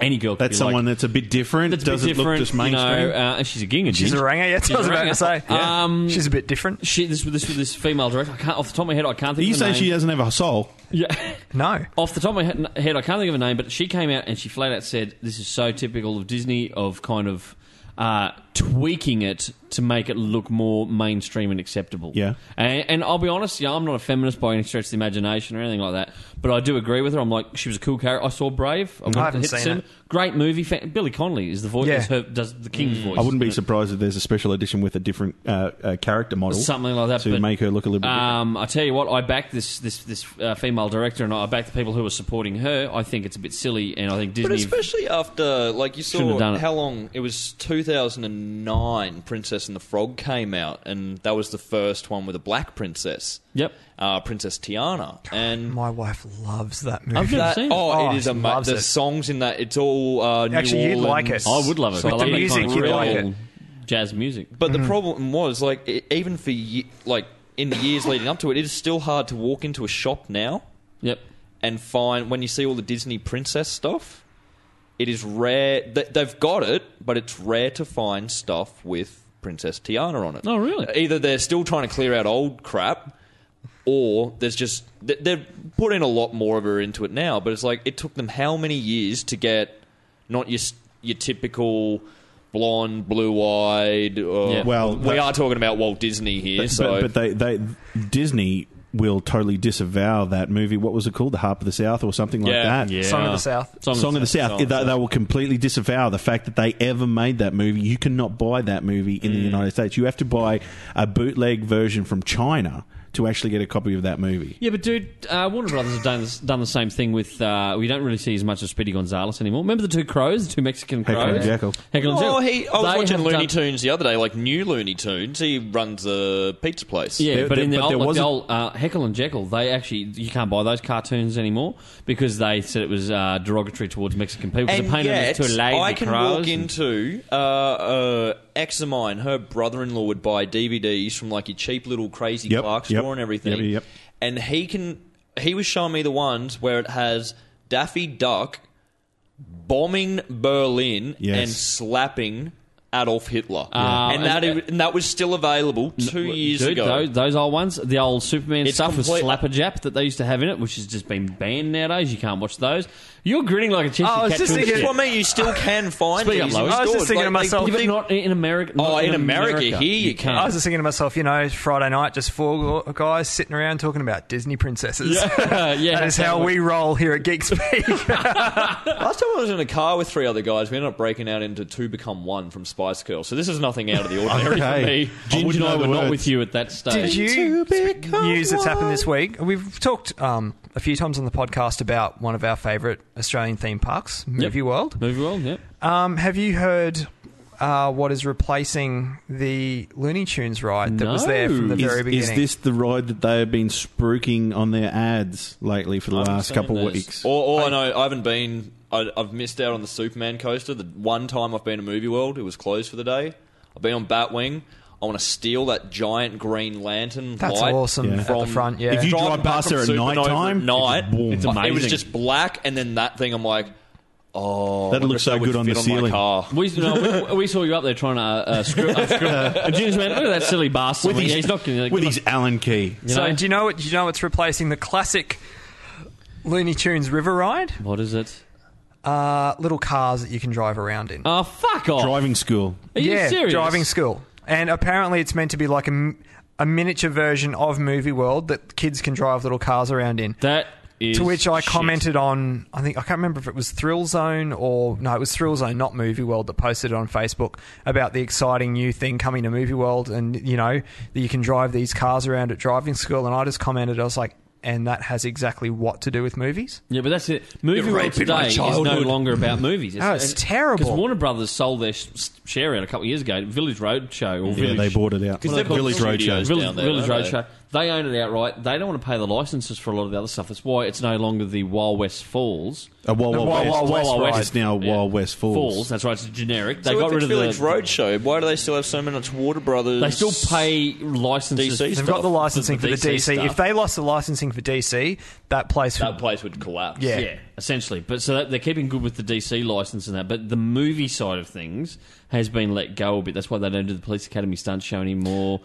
S1: any girl. Could
S4: That's
S1: be
S4: someone
S1: like,
S4: that's a bit different,
S1: that's a bit
S4: doesn't look
S1: different,
S4: just mainstream.
S1: You know, uh, and she's a ginger.
S3: She's a
S1: dude.
S3: ringer. Yeah, that's what I was
S1: She's a
S3: about to say.
S1: ringer. Um,
S3: She's a bit different.
S1: She this this this female director. I can't off the top of my head. I can't
S4: Are
S1: think.
S4: you
S1: of her
S4: saying she
S1: name.
S4: doesn't have a soul?
S1: Yeah.
S3: No.
S1: Off the top of my he- head, I can't think of a name, but she came out and she flat out said, "This is so typical of Disney of kind of uh, tweaking it to make it look more mainstream and acceptable."
S4: Yeah.
S1: and, and I'll be honest, yeah, I'm not a feminist by any stretch of the imagination or anything like that, but I do agree with her. I'm like, she was a cool character. I saw Brave. I, went to
S3: haven't
S1: hit the
S3: seen
S1: cinema.
S3: it.
S1: Great movie. Fan- Billy Connolly is the voice.
S3: Yeah. Mm.
S1: is her, does the king's voice?
S4: I wouldn't be surprised if there's a special edition with a different uh, uh, character model,
S1: Something like that,
S4: to
S1: but-
S4: make her look a little bit.
S1: Um, I tell you what, I back this this this uh, female director, and I back the people who are supporting her. I think it's a bit silly, and I think
S2: But
S1: Disney.
S2: especially after, like, you
S1: Shouldn't have done
S2: saw
S1: it.
S2: how long it was 2009 Princess and the Frog came out, and that was the first one with a black princess.
S1: Yep.
S2: Uh, princess Tiana. And
S3: My wife loves that movie.
S1: I've never
S2: that,
S1: seen it.
S2: oh,
S3: Oh,
S2: it is
S3: she
S2: a ma-
S3: loves
S2: The
S3: it.
S2: songs in that, it's all uh, New
S3: Actually, you'd like it.
S2: Orleans.
S1: I would love it.
S3: With
S1: I love
S3: the
S1: that
S3: music,
S1: kind of
S3: you'd
S1: real-
S3: like it.
S1: jazz music.
S2: But
S3: Mm.
S2: the problem was, like, e- even for ye- like in the years leading up to it, it is still hard to walk into a shop now
S1: Yep.
S2: and find when you see all the Disney princess stuff. It is rare. Th- they've got it, but it's rare to find stuff with Princess Tiana on it.
S1: Oh, really?
S2: Either they're still trying to clear out old crap, or there's just th- they've put in a lot more of her into it now. But it's like it took them how many years to get not your s- your typical blonde, blue-eyed. Uh,
S1: Yeah.
S4: Well,
S2: we
S4: that's-
S2: are talking about Walt Disney here,
S4: But-
S2: so
S4: but, but they, they Disney will totally disavow that movie. What was it called? The Harp of the South or something like
S2: Yeah.
S4: that.
S3: Song of the South.
S1: Song,
S4: Song of the South.
S1: Song of the
S4: they, they will completely disavow the fact that they ever made that movie. You cannot buy that movie in the United States. You have to buy a bootleg version from China to actually get a copy of that movie.
S1: Yeah, but dude, uh, Warner Brothers have done, this, done the same thing with. Uh, we don't really see as much of Speedy Gonzales anymore. Remember the two crows, the two Mexican crows?
S4: Heckler and Jekyll.
S1: Heckler and Jekyll.
S2: Oh, he, I was
S1: They
S2: watching
S1: have
S2: Looney
S1: done-
S2: Tunes the other day, like new Looney Tunes. He runs a pizza place.
S1: Yeah,
S4: There-
S1: but
S4: there-
S1: in the
S4: but
S1: old,
S4: there
S1: like
S4: was
S1: the
S4: a-
S1: old uh, Heckle and Jekyll, they actually you can't buy those cartoons anymore because they said it was uh, derogatory towards Mexican people. 'cause
S2: And
S1: they painted them as
S2: yet,
S1: two lazy
S2: I can
S1: crows
S2: walk
S1: and-
S2: into uh, uh, ex of mine. Her brother-in-law would buy DVDs from like your cheap little crazy
S4: Yep,
S2: Clark
S4: yep,
S2: store and everything.
S4: yep, yep.
S2: And he can. He was showing me the ones where it has Daffy Duck bombing Berlin
S4: Yes.
S2: and slapping Adolf Hitler,
S1: Yeah.
S2: and that and that was still available two years
S1: Dude,
S2: ago.
S1: Those, those old ones, the old Superman
S2: It's
S1: stuff
S2: complete-
S1: with Slap a Jap that they used to have in it, which has just been banned nowadays. You can't watch those. You're grinning like a cheshire
S3: Oh, I was
S1: cat.
S3: just
S1: doing
S3: thinking-
S1: shit.
S2: Well, I mean, you still can find
S1: Speak up, Lois.
S2: these in
S1: I
S3: was just
S2: stores.
S3: thinking to
S2: Like,
S3: myself-
S2: they-
S1: Yeah, but not in America. not
S2: Oh, in America, here you can.
S3: I was just thinking to myself, you know, Friday night, just four gu- guys sitting around talking about Disney princesses.
S1: Yeah, yeah.
S3: that is how we roll here at Geek Speak.
S2: Last time I was in a car with three other guys, we ended up breaking out into Two Become One from Spice Girls. So this is nothing out of the ordinary
S4: Okay.
S2: for me.
S1: Ginger
S4: wouldn't
S1: and I
S4: know
S1: were
S4: the
S1: not
S4: words.
S1: with you at that stage.
S3: Did you
S2: To become
S3: news that's happened this
S2: one.
S3: week? We've talked um, a few times on the podcast about one of our favourite Australian theme parks, Movie World.
S1: Movie world, yeah.
S3: Um, have you heard uh, what is replacing the Looney Tunes ride that was there from the
S1: No.
S4: Is,
S3: very
S4: is
S3: beginning?
S4: this the ride that they have been spruiking on their ads lately for the last
S1: seen
S4: couple
S1: those.
S4: weeks?
S2: All, all I, know, I haven't been. I, I've missed out on the Superman coaster. The one time I've been to Movie World, it was closed for the day. I've been on Batwing. I want to steal that giant green lantern.
S3: That's
S2: light
S3: awesome
S4: Yeah.
S3: at
S2: from
S3: the front, yeah.
S4: If you
S2: driving
S4: drive
S2: back
S4: past
S2: from
S4: there at
S2: Supernova
S4: night
S2: at
S4: time,
S2: night,
S4: it's warm.
S1: it's
S2: Like, It was
S1: Amazing.
S2: just black, and then that thing. I'm like, oh, I
S4: That'd
S2: wonder
S4: look
S2: if
S4: so
S2: that would
S4: good on
S2: fit
S4: the
S2: my
S4: ceiling.
S2: car.
S1: We, no, we, we saw you up there trying to uh, script. Uh, script. and Ginger's went, look at that silly bastard.
S4: with his,
S1: yeah, he's not going
S4: with his Allen key.
S3: so, do you know what? Do you know what's replacing the classic Looney Tunes River ride?
S1: What is it?
S3: Uh, little cars that you can drive around in.
S1: Oh, fuck off.
S4: Driving school.
S1: Are you
S3: yeah,
S1: serious?
S3: driving school. And apparently, it's meant to be like a, m- a miniature version of Movie World that kids can drive little cars around in.
S1: That is.
S3: To which I
S1: shit.
S3: commented on, I think I can't remember if it was Thrill Zone or no, it was Thrill Zone, not Movie World, that posted it on Facebook about the exciting new thing coming to Movie World, and you know that you can drive these cars around at driving school. And I just commented, I was like, and that has exactly what to do with movies.
S1: Yeah, but that's it. Movie World
S2: raping
S1: today
S2: my
S1: is no
S2: childhood.
S1: longer about movies.
S3: Oh, it's terrible.
S1: Because Warner Brothers sold their sh- s- share out a couple of years ago. Village Roadshow. Or
S4: Yeah,
S1: Village,
S4: they bought it out.
S2: they've got
S4: Village
S2: studios.
S4: Roadshow.
S1: Village,
S2: down there,
S1: Village
S2: don't they?
S1: Roadshow. They own it outright. They don't want to pay the licenses for a lot of the other stuff. That's why it's no longer the Wild West Falls.
S4: Uh, Wild Wild
S3: Wild
S4: West.
S3: Wild West
S4: It's
S3: ride.
S4: now
S1: Yeah.
S4: Wild West Falls.
S1: Falls. That's right. It's generic. They
S2: so
S1: got
S2: if
S1: rid
S2: it's
S1: of
S2: Village
S1: the
S2: Roadshow, why do they still have so much Water Brothers?
S1: They still pay licenses.
S2: DC
S3: They've
S2: stuff.
S3: got the licensing
S1: The
S3: for the
S1: DC
S3: DC.
S1: stuff.
S3: If they lost the licensing for DC, that place
S2: that
S3: would
S2: place would collapse.
S3: Yeah.
S1: Yeah. essentially. But so that, they're keeping good with the DC license and that. But the movie side of things has been let go a bit. That's why they don't do the Police Academy stunt show anymore.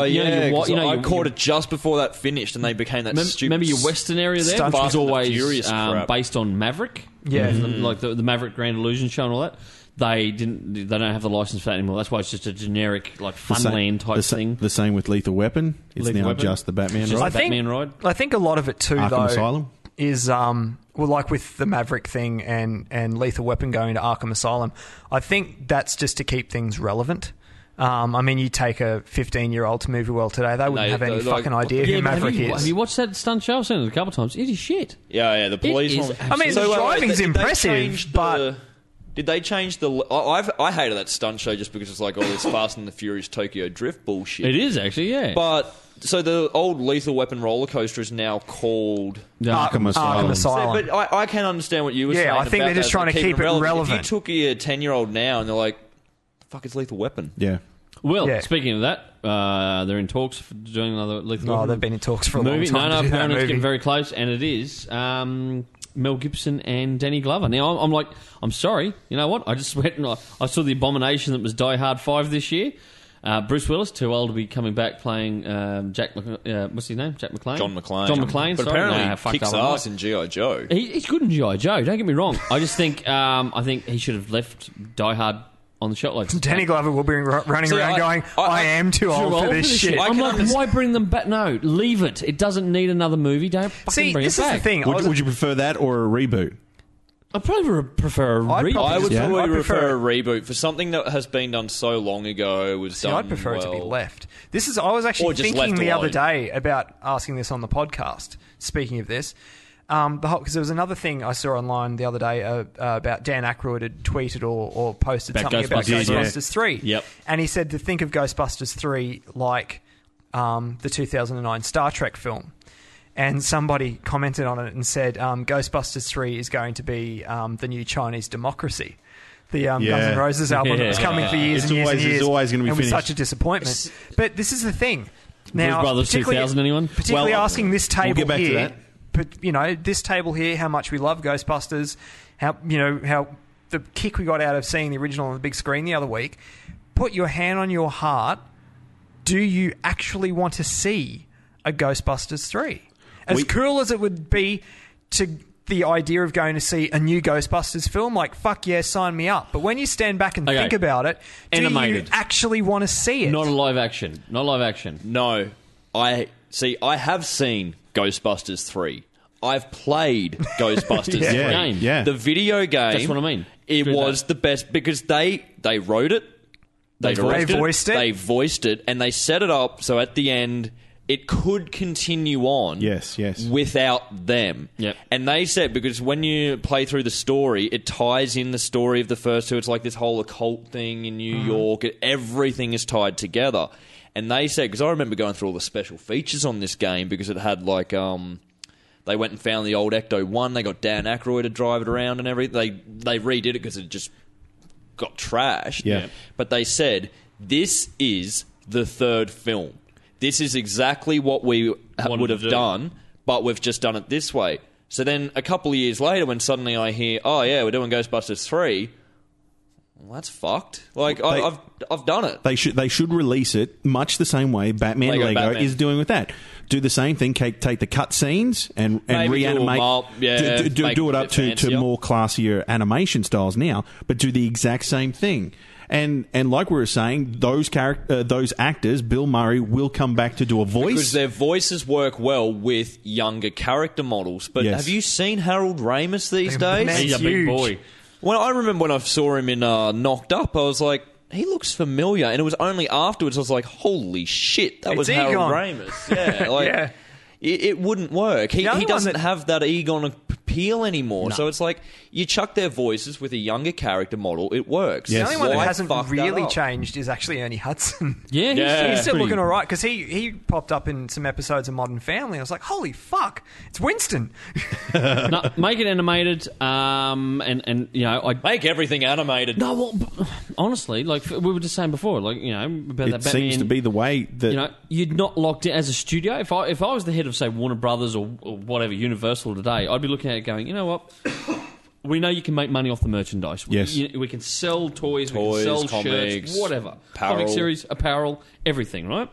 S1: Um,
S2: yeah,
S1: you know, your wa-
S2: 'cause
S1: you know,
S2: I
S1: your-
S2: caught it just before that finished, and they became that
S1: Mem-
S2: stupid.
S1: remember your Western area there,
S3: Stunt
S1: which was
S2: Fast and the
S1: always
S2: Furious
S1: um,
S2: crap.
S1: based on Maverick.
S3: Yeah.
S1: Mhm. like the, the Maverick Grand Illusion show and all that. They didn't. They don't have the license for that anymore. That's why it's just a generic like
S4: The same-
S1: Funland type
S4: the sa-
S1: thing.
S4: The same with Lethal Weapon. It's
S1: Lethal
S4: now
S1: Weapon.
S4: just the Batman.
S1: Just
S4: ride.
S1: the Batman ride.
S3: I think a lot of it too,
S4: Arkham
S3: though,
S4: Asylum?
S3: is um, well, like with the Maverick thing and and Lethal Weapon going to Arkham Asylum. I think that's just to keep things relevant. Um, I mean, you take a 15 year old to Movie World today, they wouldn't
S2: No,
S3: have any
S2: like-
S3: fucking idea who
S1: Yeah, but
S3: Maverick
S1: have, you,
S3: is.
S1: have you watched that stunt show? I've seen it a couple of times. It is shit.
S2: Yeah, yeah, the police.
S1: is
S2: one.
S1: absolutely-
S3: I mean,
S1: So,
S3: the
S2: wait, wait,
S3: driving's
S2: did- did they
S3: impressive,
S2: change
S3: but
S2: the- did they change the? I, I've, I hated that stunt show just because it's like all this Fast and the Furious Tokyo Drift bullshit.
S1: It is actually, yeah.
S2: But so the old Lethal Weapon roller coaster is now called.
S1: Yeah.
S4: Arkham Asylum.
S3: Arkham Asylum.
S2: But I, I can understand what you were
S3: Yeah,
S2: saying.
S3: I think
S2: about
S3: they're just
S2: that,
S3: trying to
S2: keeping
S3: keep it relevant.
S2: If you took a ten year old now and they're like, Fuck, it's Lethal Weapon.
S4: Yeah.
S1: Well,
S3: Yeah.
S1: speaking of that, uh, they're in talks for doing another Lethal
S3: No,
S1: Weapon
S3: Oh, they've been in talks for a
S1: movie.
S3: long time.
S1: no, no,
S3: to do that
S1: apparently it's
S3: movie.
S1: getting very close, and it is. Um, Mel Gibson and Danny Glover. Now, I'm, I'm like, I'm sorry. You know what? I just went and I, I saw the abomination that was Die Hard 5 this year. Uh, Bruce Willis, too old to be coming back playing um, Jack, Mc- uh, what's his name? Jack McClane?
S2: John McClane.
S1: John McClane,
S2: But
S1: sorry.
S2: apparently
S1: Nah,
S2: he
S1: fucked
S2: kicks
S1: up. I'm
S2: ass in G.I. Joe.
S1: He, he's good in G.I. Joe, don't get me wrong. I just think um, I think he should have left Die Hard on the shot like
S3: Danny Glover will be ru- running
S2: See,
S3: around
S2: I-
S3: going,
S2: I-
S3: I,
S2: I-
S3: am too old, for this shit.
S2: I
S1: I'm
S2: can
S1: like,
S2: understand-
S1: why bring them back? No, leave it. It doesn't need another movie. Don't fucking
S3: See,
S1: bring
S3: this
S1: it
S3: is
S1: back.
S3: the thing. I
S4: Would,
S3: was-
S4: would you prefer that or a reboot?
S1: I probably re- prefer a
S3: I'd
S1: reboot.
S3: probably
S2: I would
S4: Yeah.
S2: probably
S3: I prefer-
S2: prefer a reboot for something that has been done so long ago. Was
S3: See,
S2: done
S3: I'd prefer it to be
S2: well.
S3: left. This is I was
S2: Or
S3: actually
S2: just
S3: thinking
S2: left
S3: the other
S2: alone.
S3: day about asking this on the podcast. Speaking of this, um, the whole because there was another thing I saw online the other day uh, uh, about Dan Aykroyd had tweeted or, or posted
S1: About
S3: something about
S1: Ghostbusters,
S4: yeah.
S3: Ghostbusters three.
S1: Yep.
S3: and he said to think of Ghostbusters three like um, the 2009 Star Trek film. And somebody commented on it and said, um, "Ghostbusters three is going to be um, the new Chinese democracy." The um, Guns
S4: Yeah.
S3: N' Roses album that was
S1: Yeah.
S3: coming for years
S4: It's
S3: and years
S4: always-
S3: and
S4: it's
S3: years.
S4: always gonna be
S3: and was
S4: finished.
S3: such a disappointment. But this is the thing. Now,
S1: Brothers
S3: particularly-
S1: 2000, anyone?
S3: Particularly
S4: Well, uh,
S3: asking this
S4: we'll
S3: table
S4: get back to
S3: here,
S4: that.
S3: but you know, this table here, how much we love Ghostbusters, how you know how the kick we got out of seeing the original on the big screen the other week. Put your hand on your heart. Do you actually want to see a Ghostbusters three? As
S4: We-
S3: cruel as it would be to the idea of going to see a new Ghostbusters film, like fuck yeah, sign me up. But when you stand back and
S1: Okay.
S3: think about it, do
S1: Animated.
S3: you actually want to see it?
S1: Not a live action. Not live action.
S2: No, I see. I have seen Ghostbusters three. I've played Ghostbusters
S1: Yeah.
S2: three.
S1: Yeah. Game.
S4: Yeah.
S2: The video game.
S1: That's what I mean.
S2: It
S1: Do
S2: was
S1: that.
S2: the best because they they wrote it,
S1: They
S2: they,
S1: voiced
S2: directed
S3: it. They voiced it.
S2: they voiced it, and they set it up so at the end it could continue on.
S4: Yes, yes.
S2: Without them.
S1: Yep.
S2: And they said because when you play through the story, it ties in the story of the first two. It's like this whole occult thing in New York. Everything is tied together. And they said because I remember going through all the special features on this game because it had like um, they went and found the old Ecto One. They got Dan Aykroyd to drive it around and everything. They they redid it because it just got trashed.
S4: Yeah.
S2: But they said this is the third film. This is exactly what we ha-
S1: Wanted
S2: would
S1: to
S2: have
S1: do.
S2: done, but we've just done it this way. So then, a couple of years later, when suddenly I hear, "Oh yeah, we're doing Ghostbusters 3, well, that's fucked. Like I,
S4: They-
S2: I've I've done it.
S4: They should they should release it much the same way Batman
S2: Lego
S4: Lego,
S2: Batman.
S4: is doing with that. Do the same thing. Take, take the cut scenes and, and
S2: Maybe do a
S4: reanimate.
S2: mul- yeah,
S4: do, do, do-
S2: make
S4: do it
S2: it a
S4: up
S2: bit
S4: to, to
S2: fancier.
S4: more classier animation styles now, but do the exact same thing. And and like we were saying, those character uh, those actors, Bill Murray will come back to do a
S2: because
S4: voice.
S2: their voices work well with younger character models. But
S4: Yes.
S2: have you seen Harold Ramis these
S3: They-
S2: days?
S1: He's a
S3: It's
S1: big
S3: huge.
S1: boy.
S2: Well, I remember when I saw him in uh, Knocked Up, I was like, he looks familiar. And it was only afterwards I was like, holy shit, that
S3: It's
S2: was Harold
S3: Egon.
S2: Ramis. Yeah, like,
S3: Yeah.
S2: It, it wouldn't work. He,
S3: The only
S2: he
S3: one
S2: doesn't
S3: that-
S2: have that Egon appeal anymore. So it's like you chuck their voices with a younger character model, it works.
S4: Yes.
S3: The only one
S2: Why
S3: that hasn't
S2: fuck that
S3: really
S2: up?
S3: changed is actually Ernie Hudson.
S1: Yeah, he's-
S2: Yeah.
S3: he's still
S1: pretty-
S3: looking all right because he, he popped up in some episodes of Modern Family. I was like, holy fuck, it's Winston.
S1: no, make it animated. Um, and and you know, I
S2: Make everything animated.
S1: no. Well, b- honestly, like we were just saying before, like you know about
S4: it
S1: that Batman.
S4: seems to be the way that
S1: you know, you'd not locked in as a studio. If I if I was the head of say Warner Brothers or, or whatever Universal today, I'd be looking at it going, you know what? We know you can make money off the merchandise. We-
S4: Yes.
S1: you- we, can sell toys,
S2: Toys,
S1: we can sell
S2: comics,
S1: shirts, whatever,
S2: apparel.
S1: comic series, apparel, everything. Right?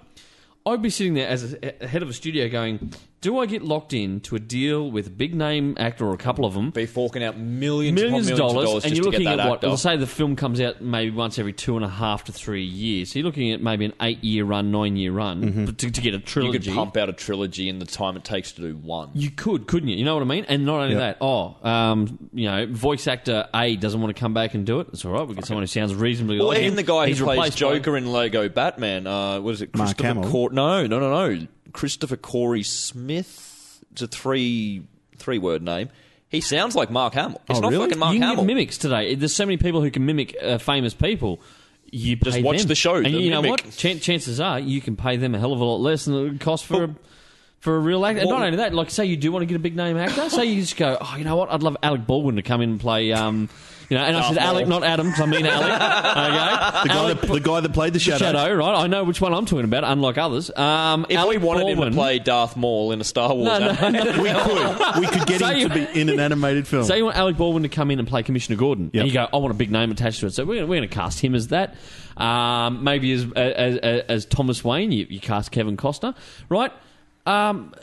S1: I'd be sitting there as a, a head of a studio going, do I get locked in to a deal with a big name actor or a couple of them?
S2: Be forking out millions,
S1: millions of
S2: upon millions
S1: dollars,
S2: of dollars
S1: and
S2: just
S1: you're
S2: to
S1: looking
S2: get
S1: at
S2: that
S1: what?
S2: actor.
S1: Let's say the film comes out maybe once every two and a half to three years. So you're looking at maybe an eight-year run, nine-year run but to, to get a
S2: Mm-hmm. you
S1: trilogy.
S2: could pump out a trilogy in the time it takes to do one.
S1: You could, couldn't you? You know what I mean? And not only
S4: Yeah.
S1: that, oh, um, you know, voice actor A doesn't want to come back and do it. It's all right. We get someone who sounds reasonably
S2: Well,
S1: like
S2: even
S1: him.
S2: the guy
S1: He's
S2: who plays
S1: replaced by-
S2: Joker in Lego Batman, uh, what is it?
S4: Mark
S2: Christopher
S4: Hamill.
S2: Cor- no, no, no, no. Christopher Corey Smith. It's a three three word name. He sounds like Mark Hamill. It's
S4: Oh,
S2: not
S4: really?
S2: fucking Mark
S1: you can
S2: Hamill.
S1: get mimics today. There's so many people who can mimic uh, famous people. You just
S2: watch the show,
S1: and
S2: the
S1: you know
S2: mimic.
S1: what? Chan chances are you can pay them a hell of a lot less than it would cost for a, for a real actor. And
S2: What-
S1: not only that, like say you do want to get a big name actor, say you just go, oh, you know what? I'd love Alec Baldwin to come in and play. Um, You know, and I said
S2: Darth
S1: Alec,
S2: Maul.
S1: not Adam, 'cause I mean Alec. Okay,
S4: The guy,
S1: Alec
S4: that, the guy that played the shadow.
S1: Shadow, right? I know which one I'm talking about, unlike others. Um,
S2: If
S1: Alec
S2: we wanted him
S1: Baldwin-
S2: to play Darth Maul in a Star Wars,
S1: No,
S2: anime,
S1: no, no.
S4: We could. We could get
S1: Say
S4: him to
S1: you-
S4: be in an animated film.
S1: So you want Alec Baldwin to come in and play Commissioner Gordon,
S4: Yep.
S1: and you go, I want a big name attached to it. So we're going we're to cast him as that. Um, maybe as as, as as Thomas Wayne, you, you cast Kevin Costner, right? Um,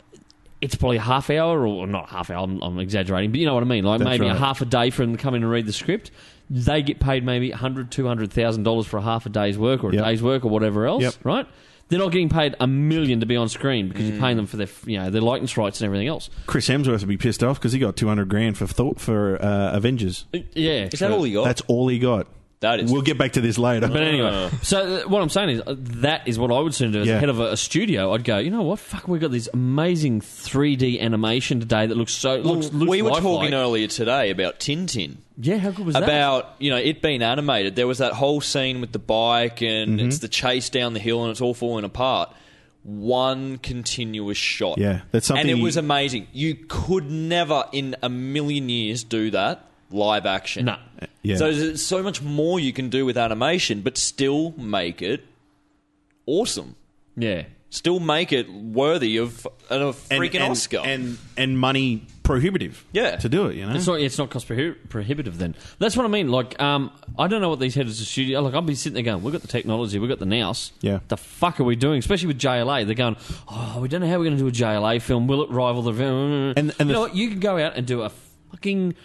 S1: it's probably a half hour, or not half hour. I'm, I'm exaggerating, but you know what I mean. Like
S4: That's
S1: maybe
S4: right.
S1: a half a day for them to come in and read the script. They get paid maybe hundred, two hundred thousand dollars for a half a day's work or a
S4: Yep.
S1: day's work or whatever else,
S4: Yep.
S1: right? They're not getting paid a million to be on screen because
S2: Hmm.
S1: you're paying them for their, you know, their likeness rights and everything else.
S4: Chris Hemsworth would be pissed off because he got two hundred grand for thought for uh, Avengers.
S1: Yeah,
S2: is that all you got?
S4: That's all he got.
S2: That is-
S4: We'll get back to this later.
S1: But anyway, so uh, what I'm saying is uh, that is what I would soon do as
S4: Yeah.
S1: head of a, a studio. I'd go, you know what? Fuck, we've got this amazing 3D animation today that looks so looks, looks
S2: we were
S1: lifelike."
S2: talking earlier today about Tintin.
S1: Yeah, how good was that?
S2: about you know it being animated. There was that whole scene with the bike and
S4: Mm-hmm.
S2: it's the chase down the hill and it's all falling apart. One continuous shot.
S4: Yeah, that's something
S2: And it
S4: you-
S2: was amazing. You could never in a million years do that live action.
S1: No.
S4: Yeah.
S2: So there's so much more you can do with animation, but still make it awesome.
S1: yeah.
S2: Still make it worthy of a
S4: And-
S2: freaking
S4: and-
S2: Oscar.
S4: and and money prohibitive.
S2: Yeah.
S4: to do it, you know.
S1: It's not, it's not cost prohi- prohibitive then. That's what I mean. Like, um, I don't know what these heads of studio. Like, I'll be sitting there going, "We've got the technology, we've got the nous.
S4: Yeah.
S1: the fuck are we doing?" Especially with JLA, they're going, "Oh, we don't know how we're going to do a JLA film. Will it rival the?" film?"
S4: And- and
S1: you
S4: the-
S1: know what? You can go out and do a fucking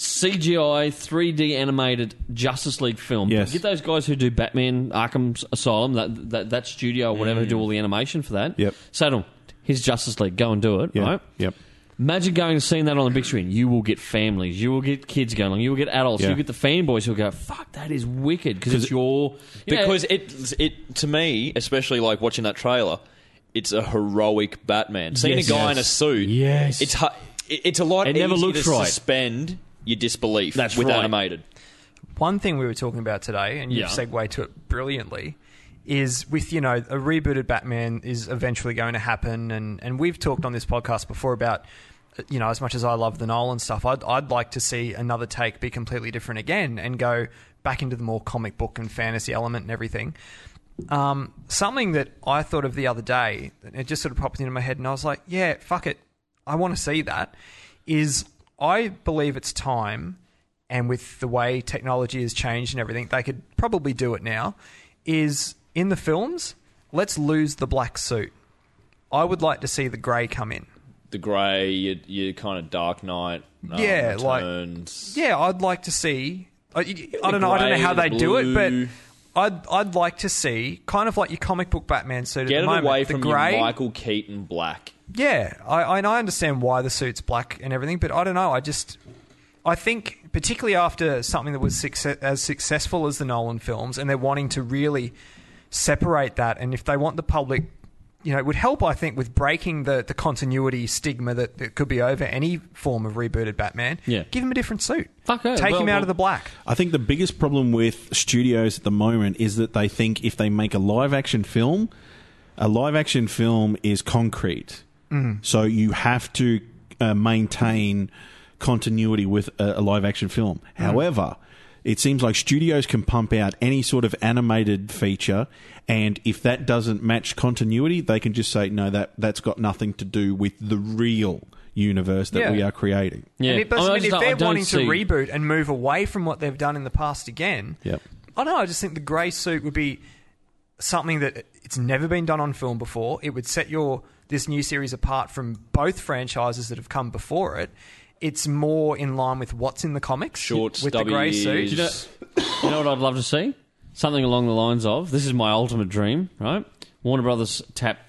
S1: CGI 3D animated Justice League film.
S4: Yes.
S1: get those guys who do Batman Arkham Asylum, that that, that studio or whatever, who do all the animation for that.
S4: Mm. Yep.
S1: Say to them, "Here's Justice League. Go and do it."
S4: yeah.
S1: Right.
S4: Yep.
S1: Imagine going and seeing that on the big screen. You will get families. You will get kids going along. You will get adults.
S4: Yeah.
S1: You get the fanboys who'll go, "Fuck, that is wicked," because it's your you know,
S2: because it it to me, especially like watching that trailer, it's a heroic Batman. Seeing
S1: Yes.
S2: a guy
S1: Yes.
S2: in a suit,
S1: Yes.
S2: it's hu- it, it's a lot.
S1: It never
S2: easier
S1: looks
S2: to
S1: right.
S2: Suspend your disbelief.
S1: That's
S2: with
S1: right.
S2: animated.
S3: One thing we were talking about today, and you've
S1: Yeah.
S3: segued to it brilliantly, is with, you know, a rebooted Batman is eventually going to happen. And, and we've talked on this podcast before about, uh, you know, as much as I love the Nolan stuff, I'd, I'd like to see another take be completely different again and go back into the more comic book and fantasy element and everything. Um, something that I thought of the other day, and it just sort of popped into my head, and I was like, yeah, fuck it. I want to see that. Is I believe it's time, and with the way technology has changed and everything, they could probably do it now. Is in the films, let's lose the black suit. I would like to see the grey come in.
S2: The grey, your, your kind of Dark Knight. Um,
S3: Yeah, like-
S2: returns.
S3: Yeah, I'd like to see. I, I
S2: The
S3: don't know. I don't
S2: grey,
S3: know how
S2: the
S3: they do it,
S2: blue.
S3: but. I'd, I'd like to see kind of like your comic book Batman suit at
S2: Get
S3: the
S2: it
S3: moment.
S2: away
S3: the
S2: from
S3: grey,
S2: your Michael Keaton black.
S3: Yeah, I, I, and I understand why the suit's black and everything, but I don't know. I just, I think particularly after something that was success, as successful as the Nolan films, and they're wanting to really separate that, and if they want the public, you know, it would help, I think, with breaking the, the continuity stigma that, that could be over any form of rebooted Batman.
S1: Yeah.
S3: give him a different suit.
S1: Fuck yeah,
S3: take
S1: well,
S3: him out
S1: well-
S3: of the black.
S4: I think the biggest problem with studios at the moment is that they think if they make a live action film, a live action film is concrete. So you have to uh, maintain continuity with a, a live action film. However, it seems like studios can pump out any sort of animated feature, and if that doesn't match continuity, they can just say, no, that, that's got nothing to do with the real universe that
S3: Yeah.
S4: we are creating.
S1: yeah. Oh,
S3: And it, but
S1: I
S3: I mean,
S1: just
S3: if
S1: don't- I
S3: they're
S1: don't
S3: wanting
S1: see-
S3: to reboot and move away from what they've done in the past again,
S4: Yep.
S3: I don't know. I just think the grey suit would be something that it's never been done on film before. It would set your this new series apart from both franchises that have come before it. It's more in line with what's in the comics.
S2: Short,
S3: with the
S2: stubby
S3: grey
S2: ears.
S3: suit.
S1: you know, you know what I'd love to see? Something along the lines of this is my ultimate dream, right? Warner Brothers tap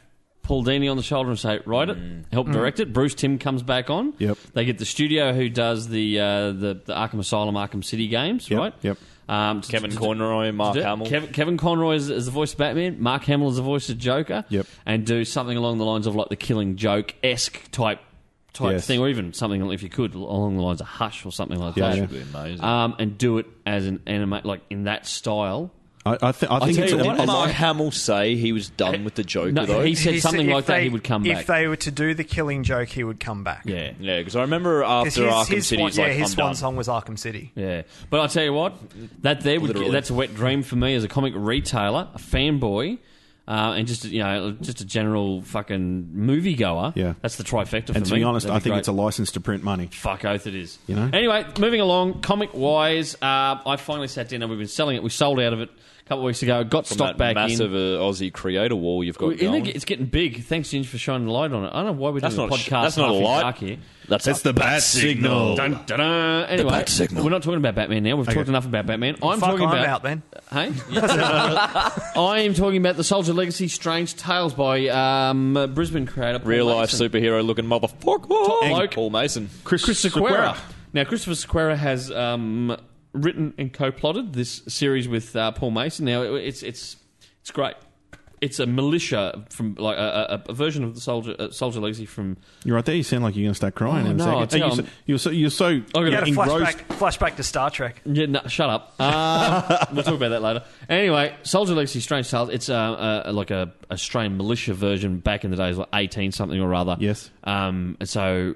S1: Paul Dini on the shoulder and say, "Write it,
S3: Mm.
S1: help direct it." Bruce Tim comes back on.
S4: Mm. Yep.
S1: They get the studio who does the uh, the, the Arkham Asylum, Arkham City games,
S4: Yep,
S1: right?
S4: yep.
S1: Um, to-
S2: Kevin
S1: to-
S2: Conroy, Mark
S1: do it.
S2: Hamill.
S1: Kevin, Kevin Conroy is, is the voice of Batman. Mark Hamill is the voice of Joker.
S4: Yep.
S1: And do something along the lines of like the Killing Joke esque type type
S4: Yes.
S1: thing, or even something if you could along the lines of Hush or something like
S4: Yeah,
S1: that.
S4: yeah.
S2: That'd be amazing.
S1: Um, and do it as an anime like in that style.
S4: I, I, th- I think
S1: tell
S4: it's
S1: you
S4: a,
S1: what,
S4: a
S2: Didn't
S1: I-
S2: Mark Hamill say he was done with the Joker
S1: No,
S2: though?
S1: he said
S3: He
S1: something
S3: if
S1: like that.
S3: they-
S1: He would come back.
S3: If they were to do the killing joke, he would come back.
S1: yeah,
S2: yeah, because I remember
S3: 'Cause
S2: after
S3: his,
S2: Arkham
S3: his
S2: City,
S3: swan,
S2: he's
S3: yeah,
S2: like,
S3: his
S2: I'm
S3: swan
S2: done.
S3: song was Arkham City.
S1: yeah. But I tell you what, that there would
S2: Literally.
S1: that's a wet dream for me as a comic retailer, a fanboy, uh, and just you know just a general fucking moviegoer.
S4: Yeah.
S1: that's the trifecta for
S4: and to
S1: me.
S4: be honest,
S1: That'd
S4: I think
S1: great.
S4: it's a license to print money.
S1: Fuck oath it is.
S4: You know?
S1: Anyway, moving along, comic wise, uh, I finally sat down and we've been selling it. We sold out of it a couple of weeks ago. Got
S2: From
S1: stock
S2: that
S1: back
S2: massive
S1: in.
S2: uh, Aussie creator wall you've got
S1: Well, isn't
S2: going.
S1: it- it's getting big. Thanks, Ginge, for shining the light on it. I don't know why we're
S2: That's
S1: doing a
S2: not a
S1: podcast.
S2: sh- that's not a
S1: half in
S2: light.
S1: dark here.
S2: That's,
S4: It's the bat signal.
S1: Dun, dun, dun. Anyway,
S2: bat signal.
S1: we're not talking about Batman now. We've talked enough about Batman. I'm
S3: Fuck,
S1: talking
S3: I'm
S1: about
S3: out then.
S1: Hey, I am talking about the Soldier Legacy: Strange Tales by um, uh, Brisbane creator Paul
S2: real life
S1: Mason.
S2: superhero looking motherfucker.
S1: And-
S2: Paul Mason.
S4: Chris,
S1: Chris Sequeira. Now, Christopher Sequeira has um, written and co-plotted this series with uh, Paul Mason. Now, it- it's it's it's great. It's a militia from like a, a, a version of the Soldier uh, Soldier Legacy from.
S4: You're right there. You sound like you're going to start crying
S1: Oh,
S4: in a
S1: no, I
S4: second.
S1: tell
S4: Are you
S1: you,
S4: so-
S1: I'm-
S4: you're so you're so
S1: gonna-
S3: You had a
S4: engrossed.
S3: flashback, flashback to Star Trek.
S1: Yeah, no, shut up. Um, we'll talk about that later. Anyway, Soldier Legacy: Strange Tales. It's uh, uh, like a Australian militia version back in the days, like eighteen something or other.
S4: Yes.
S1: Um, so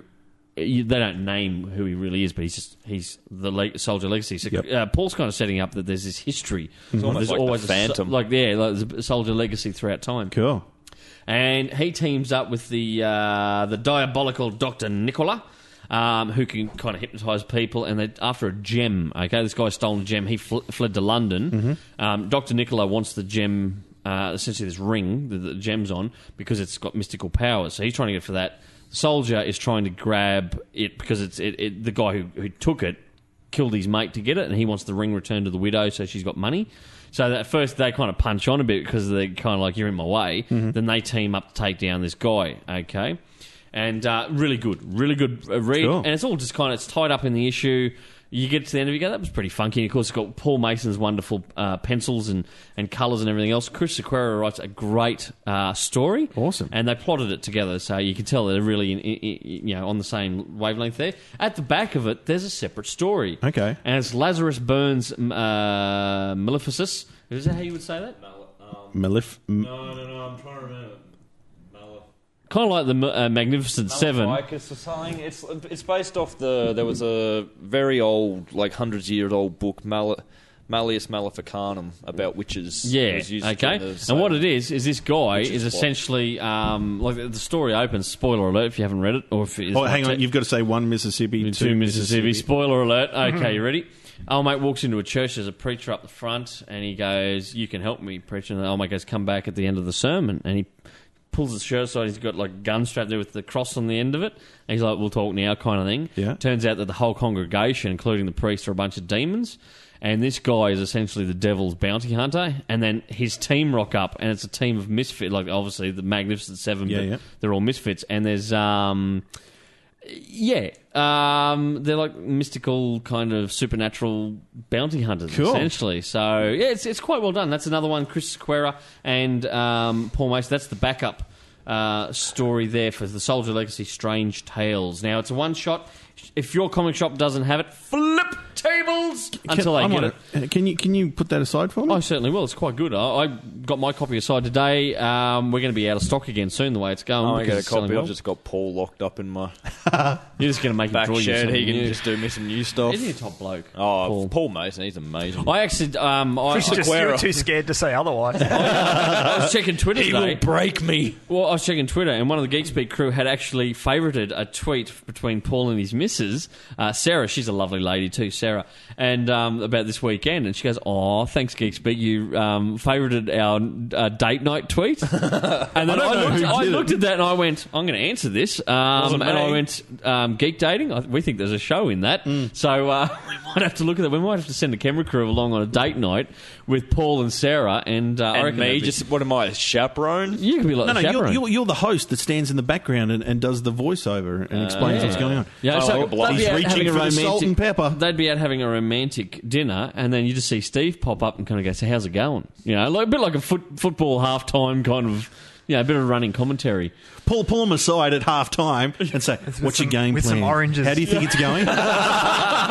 S1: you, they don't name who he really is, but he's just he's the le- soldier legacy. So
S4: Yep.
S1: uh, Paul's kind of setting up that there's this history.
S2: almost
S1: There's
S2: like the
S1: always a so-
S2: Phantom.
S1: like yeah, like there's a soldier legacy throughout time.
S4: Cool.
S1: And he teams up with the uh, the diabolical Doctor Nicola. Um, who can kind of hypnotize people, and they after a gem. Okay, this guy stole a gem. He fl- fled to London. Um, Doctor Nicola wants the gem, uh, essentially this ring that the gem's on, because it's got mystical powers. So he's trying to get for that. The soldier is trying to grab it because it's it, it, the guy who, who took it killed his mate to get it, and he wants the ring returned to the widow, so she's got money. So that- at first they kind of punch on a bit because they're kind of like you're in my way. Then they team up to take down this guy. Okay, and uh, really good, really good uh, read,
S4: Sure.
S1: and it's all just kind of it's tied up in the issue. You get to the end of it, you go, that was pretty funky. And of course, it's got Paul Mason's wonderful uh, pencils and, and colours and everything else. Chris Sequeira writes a great uh, story.
S4: Awesome.
S1: And they plotted it together, so you can tell they're really in, in, in- you know on the same wavelength there. At the back of it, there's a separate story.
S4: Okay.
S1: And it's Lazarus Burns m- uh, Maleficus. Is that how you would say that?
S4: Malif- m-
S5: No, no, no, I'm trying to remember. Malif-
S1: Kind of like the M- uh, Magnificent Seven.
S2: Maleficus or something. It's it's based off the there was a very old like hundreds year old book Mal- Malleus Maleficanum about witches. It
S1: Yeah.
S2: was used
S1: Okay.
S2: during the-
S1: And what it is is this guy
S2: Which
S1: is,
S2: is what?
S1: essentially um, like the story opens. Spoiler alert! If you haven't read it, or if it's
S4: oh,
S1: not
S4: hang
S1: te-
S4: on. You've got to say one Mississippi, Mm-hmm.
S1: Into Mississippi. Spoiler alert. Okay, you ready? Old mate walks into a church. There's a preacher up the front, and he goes, "You can help me, preacher." And the old mate goes, "Come back at the end of the sermon." And he pulls his shirt aside. He's got like a gun strapped there with the cross on the end of it. And he's like, "We'll talk now," kind of thing.
S4: Yeah.
S1: Turns out that the whole congregation, including the priest, are a bunch of demons. And this guy is essentially the devil's bounty hunter. And then his team rock up, and it's a team of misfit. Like obviously the Magnificent Seven,
S4: Yeah,
S1: but
S4: yeah.
S1: they're all misfits. And there's um, yeah, um, they're like mystical kind of supernatural bounty hunters,
S4: Cool.
S1: essentially. So yeah, it's it's quite well done. That's another one, Chris Sequeira and um, Paul Mason. That's the backup uh, story there for the Soldier Legacy: Strange Tales. Now it's a one shot. If your comic shop doesn't have it, flip tables until they
S4: I'm
S1: get
S4: on
S1: it. Oh,
S4: it. Uh, Can you can you put that aside for me?
S1: I certainly will. It's quite good. I, I got my copy aside today. Um, we're going to be out of stock again soon. The way it's going,
S2: I only
S1: because
S2: got a
S1: it's selling
S2: copy.
S1: well.
S2: I've just got Paul locked up in my
S1: You're just going to make him
S2: back
S1: draw you
S2: shed.
S1: something
S2: He can
S1: new.
S2: just do me some new stuff.
S1: Isn't he a top bloke?
S2: Oh,
S1: Paul.
S2: Paul. Mason, he's amazing.
S1: I actually, um, I,
S3: It's just you were
S2: Sequeira.
S3: too scared to say otherwise.
S1: I was checking Twitter today.
S2: break me.
S1: Well, I was checking Twitter, and one of the Geekspeak crew had actually favorited a tweet between Paul and his missus, uh, Sarah. She's a lovely lady too, Sarah, and um, about this weekend. And she goes, "Oh, thanks, Geekspeak, you um, favorited our uh, date night tweet." and then I,
S4: don't know
S1: looked,
S4: who
S1: I
S4: did it.
S1: looked at that and I went, "I'm going to answer this." Um,
S2: Wasn't
S1: and I
S2: me.
S1: went, um, "Geek dating? I, we think there's a show in that,
S4: Mm.
S1: so uh, we might have to look at that. We might have to send the camera crew along on a date night with Paul and Sarah, and, uh, I
S2: And
S1: reckon
S2: me,
S1: that'd be-
S2: just what am I, a chaperone?
S1: you could be like the
S4: no, no, you're,
S1: chaperone.
S4: you're, you're the host that stands in the background and, and does the voiceover and explains what's going on.
S1: Uh, Yeah,
S2: Oh,
S1: so
S2: like a bloke.
S1: they'd be
S2: He's
S1: out
S4: reaching
S1: having
S4: for the salt and pepper.
S1: They'd be out having a romantic dinner, and then you just see Steve pop up and kind of go, "So how's it going?" You know, like a bit like a foot, football halftime kind of Yeah, a bit of running commentary.
S4: Pull, pull them aside at half time and say, "What's
S3: some-
S4: your game
S3: with some
S4: plan?
S3: oranges."
S4: How do you think it's going? How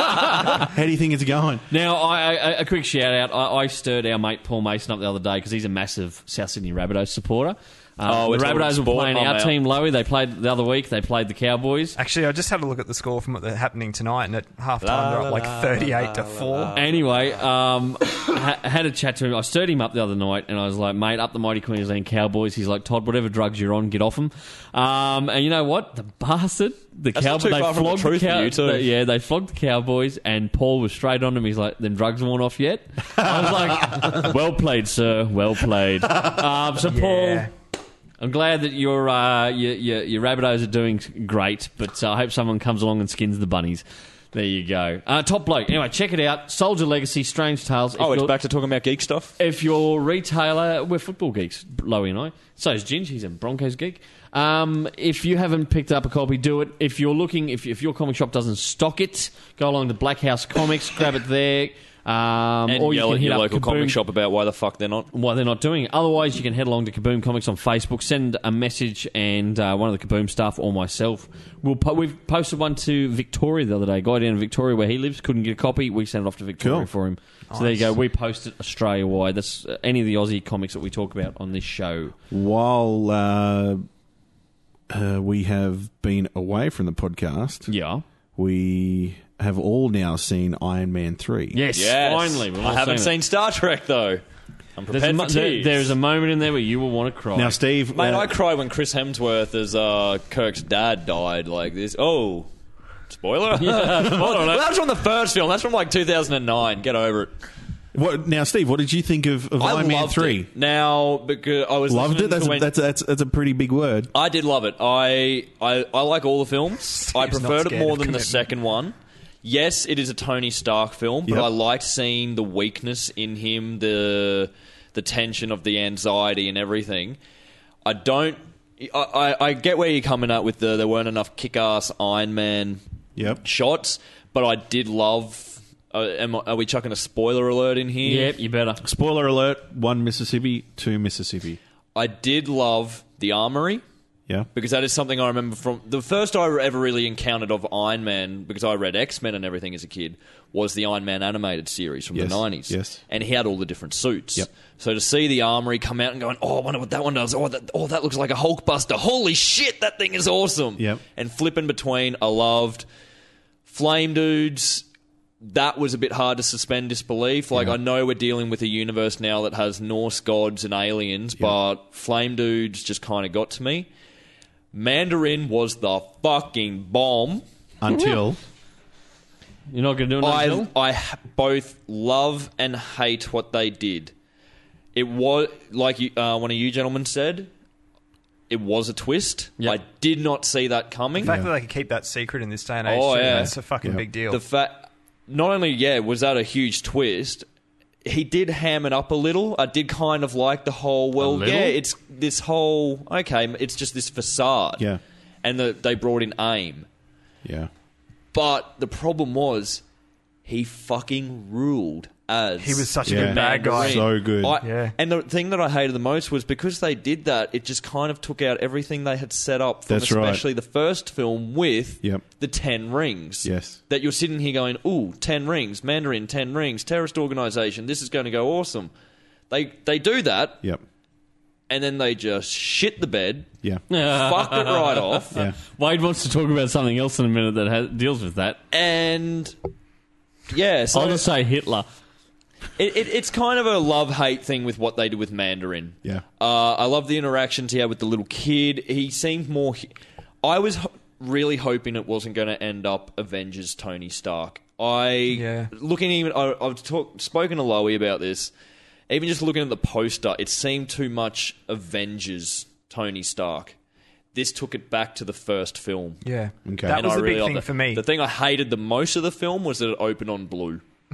S4: do you think it's going?"
S1: Now, I, I, a quick shout out. I, I stirred our mate Paul Mason up the other day because he's a massive South Sydney Rabbitohs supporter. Um,
S2: Oh, we're
S1: the
S2: talking
S1: Rabbitohs were
S2: sport,
S1: playing
S2: I'm
S1: our
S2: out.
S1: team, Lowy. They played the other week. They played the Cowboys.
S3: Actually, I just had a look at the score from what they're happening tonight, and at half
S2: La,
S3: time they're
S2: la,
S3: up like
S2: la,
S3: 38
S2: la,
S3: to
S2: la,
S3: 4.
S1: Anyway, um, ha- had a chat to him. I stirred him up the other night, and I was like, "Mate, up the mighty Queensland Cowboys." He's like, "Todd, whatever drugs you're on, get off them." Um, and you know what? The bastard, the
S2: That's not
S1: Cowboys,
S2: too
S1: they
S2: far from the
S1: flogged
S2: truth for
S1: Cow-
S2: you, too.
S1: they- yeah, they flogged the Cowboys, and Paul was straight on him. He's like, "Then drugs worn off yet?" I was like, "Well played, sir. Well played." Um, so,
S3: Yeah.
S1: Paul. I'm glad that your uh, your, your your Rabbitohs are doing great, but uh, I hope someone comes along and skins the bunnies. There you go. Uh, top bloke. Anyway, check it out. Soldier Legacy, Strange Tales. If
S2: Oh, it's
S1: you're-
S2: back to talking about geek stuff.
S1: If your retailer, we're football geeks, Lowy and I. So is Ginge. He's a Broncos geek. Um, if you haven't picked up a copy, do it. If you're looking, if, if your comic shop doesn't stock it, go along to Black House Comics, grab it there. Um,
S2: And
S1: or you
S2: yell
S1: can
S2: at
S1: hit
S2: your
S1: up
S2: local
S1: Kaboom
S2: comic shop about why the fuck they're not.
S1: why they're not doing it. Otherwise, you can head along to Kaboom Comics on Facebook, send a message, and uh, one of the Kaboom staff or myself will. Po- we've posted one to Victoria the other day. A guy down in Victoria where he lives couldn't get a copy. We sent it off to Victoria
S4: Cool.
S1: for him. So there you go. We post it Australia wide. That's uh, any of the Aussie comics that we talk about on this show.
S4: While uh, uh, we have been away from the podcast,
S1: Yeah.
S4: we have all now seen Iron Man three.
S1: Yes.
S2: Yes.
S1: Finally, we've all
S2: I haven't
S1: it.
S2: seen Star Trek though. I'm
S1: There's a,
S2: prepared
S1: mo-
S2: for
S1: there,
S2: tears.
S1: there's a moment in there where you will want to cry.
S4: Now, Steve,
S2: Mate,
S4: uh,
S2: I cry when Chris Hemsworth as uh, Kirk's dad died like this. Oh, spoiler! well, that was from the first film. That's from like 2009. Get over it.
S4: what, now, Steve, what did you think of, of
S2: I
S4: Iron Man
S2: loved
S4: three?
S2: it. Now because I was
S4: Loved
S2: listening
S4: it. That's a,
S2: to when-
S4: that's, that's that's a pretty big word.
S2: I did love it. I I, I like all the films. I
S3: not
S2: preferred it
S3: scared
S2: more
S3: of
S2: than the
S3: commitment.
S2: second one. Yes, it is a Tony Stark film, but
S4: Yep.
S2: I liked seeing the weakness in him, the the tension of the anxiety and everything. I don't. I, I, I get where you're coming at with the there weren't enough kick ass Iron Man
S4: Yep.
S2: shots, but I did love. Uh, am, I- are we chucking a spoiler alert in here?
S1: Yep, you better.
S4: Spoiler alert: one Mississippi, two Mississippi.
S2: I did love the armory.
S4: Yeah.
S2: because that is something I remember from the first I ever really encountered of Iron Man because I read X Men and everything as a kid was the Iron Man animated series from
S4: Yes,
S2: the nineties.
S4: yes.
S2: and he had all the different suits.
S4: Yep.
S2: So to see the armory come out and going, oh, I wonder what that one does. Oh, that, oh, that looks like a Hulkbuster. Holy shit, that thing is awesome.
S4: Yep.
S2: And flipping between, I loved Flame Dudes. That was a bit hard to suspend disbelief. Like I know we're dealing with a universe now that has Norse gods and aliens, but Flame Dudes just kind of got to me. Mandarin was the fucking bomb.
S4: Until
S1: You're not going to do it
S2: I,
S1: until?
S2: I h- both love and hate what they did. It was like you, uh, one of you gentlemen said. It was a twist.
S1: Yep.
S2: I did not see that coming.
S3: The fact that they could keep that secret in this day and age,
S2: Oh,
S3: too,
S2: yeah.
S3: that's a fucking
S4: Yeah.
S3: big deal.
S2: The fact, not only yeah, was that a huge twist. He did ham it up a little. I did kind of like the whole. Well,
S1: little?
S2: yeah, it's this whole. Okay, it's just this facade.
S4: Yeah.
S2: and the, they brought in aim.
S4: yeah,
S2: But the problem was, he fucking ruled as
S3: he was such
S4: Yeah.
S3: a good bad guy.
S2: Mandarin.
S4: So good.
S2: I-
S3: Yeah.
S2: And the thing that I hated the most was because they did that, it just kind of took out everything they had set up from
S4: That's right.
S2: especially the first film with
S4: Yep.
S2: the Ten Rings.
S4: Yes.
S2: That you're sitting here going, ooh, Ten Rings, Mandarin, Ten Rings, terrorist organization, this is going to go awesome. They, they do that,
S4: yep,
S2: and then they just shit the bed,
S4: yeah,
S2: fuck it right off,
S4: yeah.
S1: Wade wants to talk about something else in a minute that ha- deals with that.
S2: and yeah, so
S1: I'll just say Hitler.
S2: It, it, it's kind of a love hate thing with what they did with Mandarin.
S4: Yeah.
S2: Uh, I love the interactions he had with the little kid. He seemed more. hu- I was ho- really hoping it wasn't going to end up Avengers Tony Stark. I
S3: Yeah.
S2: looking even. I, I've talk, spoken to Lowy about this. Even just looking at the poster, it seemed too much Avengers Tony Stark. This took it back to the first film.
S3: Yeah.
S4: Okay.
S3: That
S4: And
S2: And
S3: was
S2: I
S3: the
S2: really
S3: big
S2: loved
S3: thing
S2: that.
S3: for me.
S2: The thing I hated the most of the film was that it opened on blue.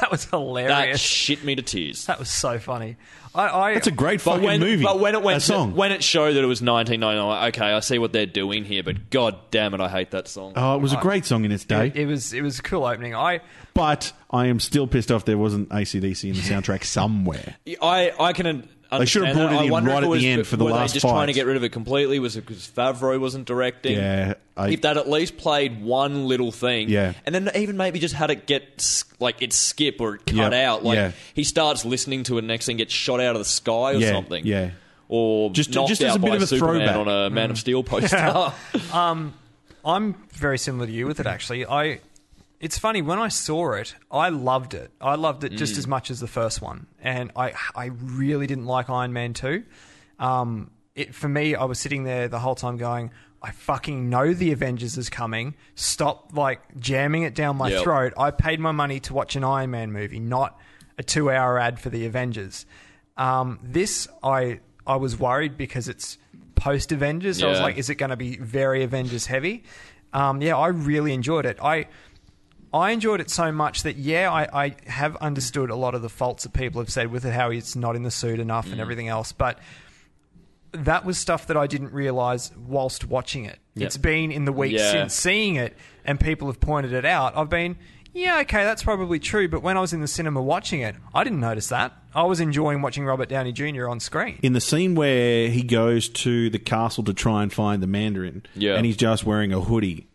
S3: that was
S2: That
S3: hilarious.
S2: shit me to tears.
S3: that was so funny. I, I,
S4: That's a great
S2: But
S4: fucking
S2: when,
S4: movie.
S2: but when it went
S4: that song.
S2: To, when it showed that it was 1999, okay, I see what they're doing here, but god damn it, I hate that song.
S4: oh, it was a great song in its day.
S3: it, it was it was a cool opening. I
S4: but I am still pissed off there wasn't ACDC in the soundtrack somewhere.
S2: I, I can
S4: They should have
S2: understand
S4: brought
S2: that.
S4: it
S2: I
S4: in
S2: wonder
S4: right
S2: if
S4: at
S2: was,
S4: the end for the
S2: were they
S4: last
S2: just
S4: fight.
S2: trying to get rid of it completely? Was it because Favreau wasn't directing?
S4: Yeah, I-
S2: if that at least played one little thing,
S4: Yeah.
S2: and then even maybe just had it get s- like it skip or it cut
S4: Yeah,
S2: out. Like
S4: yeah.
S2: he starts listening to it next and gets shot out of the sky or
S4: Yeah,
S2: something.
S4: yeah.
S2: Or
S4: Just-
S2: knocked
S4: just as
S2: out
S4: a bit
S2: by
S4: of a
S2: Superman
S4: throwback. Mm.
S2: on a Man of Steel poster.
S3: I'm very similar to you with it actually. I it's funny when I saw it, I loved it. I loved it just as much as the first one, and I I really didn't like Iron Man two. Um, it for me, I was sitting there the whole time going. I fucking know the Avengers is coming. Stop like jamming it down my
S2: Yep.
S3: throat. I paid my money to watch an Iron Man movie, not a two-hour ad for the Avengers. Um, this I I was worried because it's post Avengers. I was
S2: Yeah.
S3: like, is it going to be very Avengers heavy? Um, yeah, I really enjoyed it. I I enjoyed it so much that yeah, I, I have understood a lot of the faults that people have said with it, how it's not in the suit enough and everything else, but that was stuff that I didn't realize whilst watching it.
S1: Yeah.
S3: It's been in the weeks
S2: Yeah.
S3: since seeing it, and people have pointed it out. I've been. Yeah, okay, that's probably true. But when I was in the cinema watching it, I didn't notice that. I was enjoying watching Robert Downey Jr. on screen.
S4: in the scene where he goes to the castle to try and find the Mandarin,
S2: Yeah.
S4: and he's just wearing a hoodie,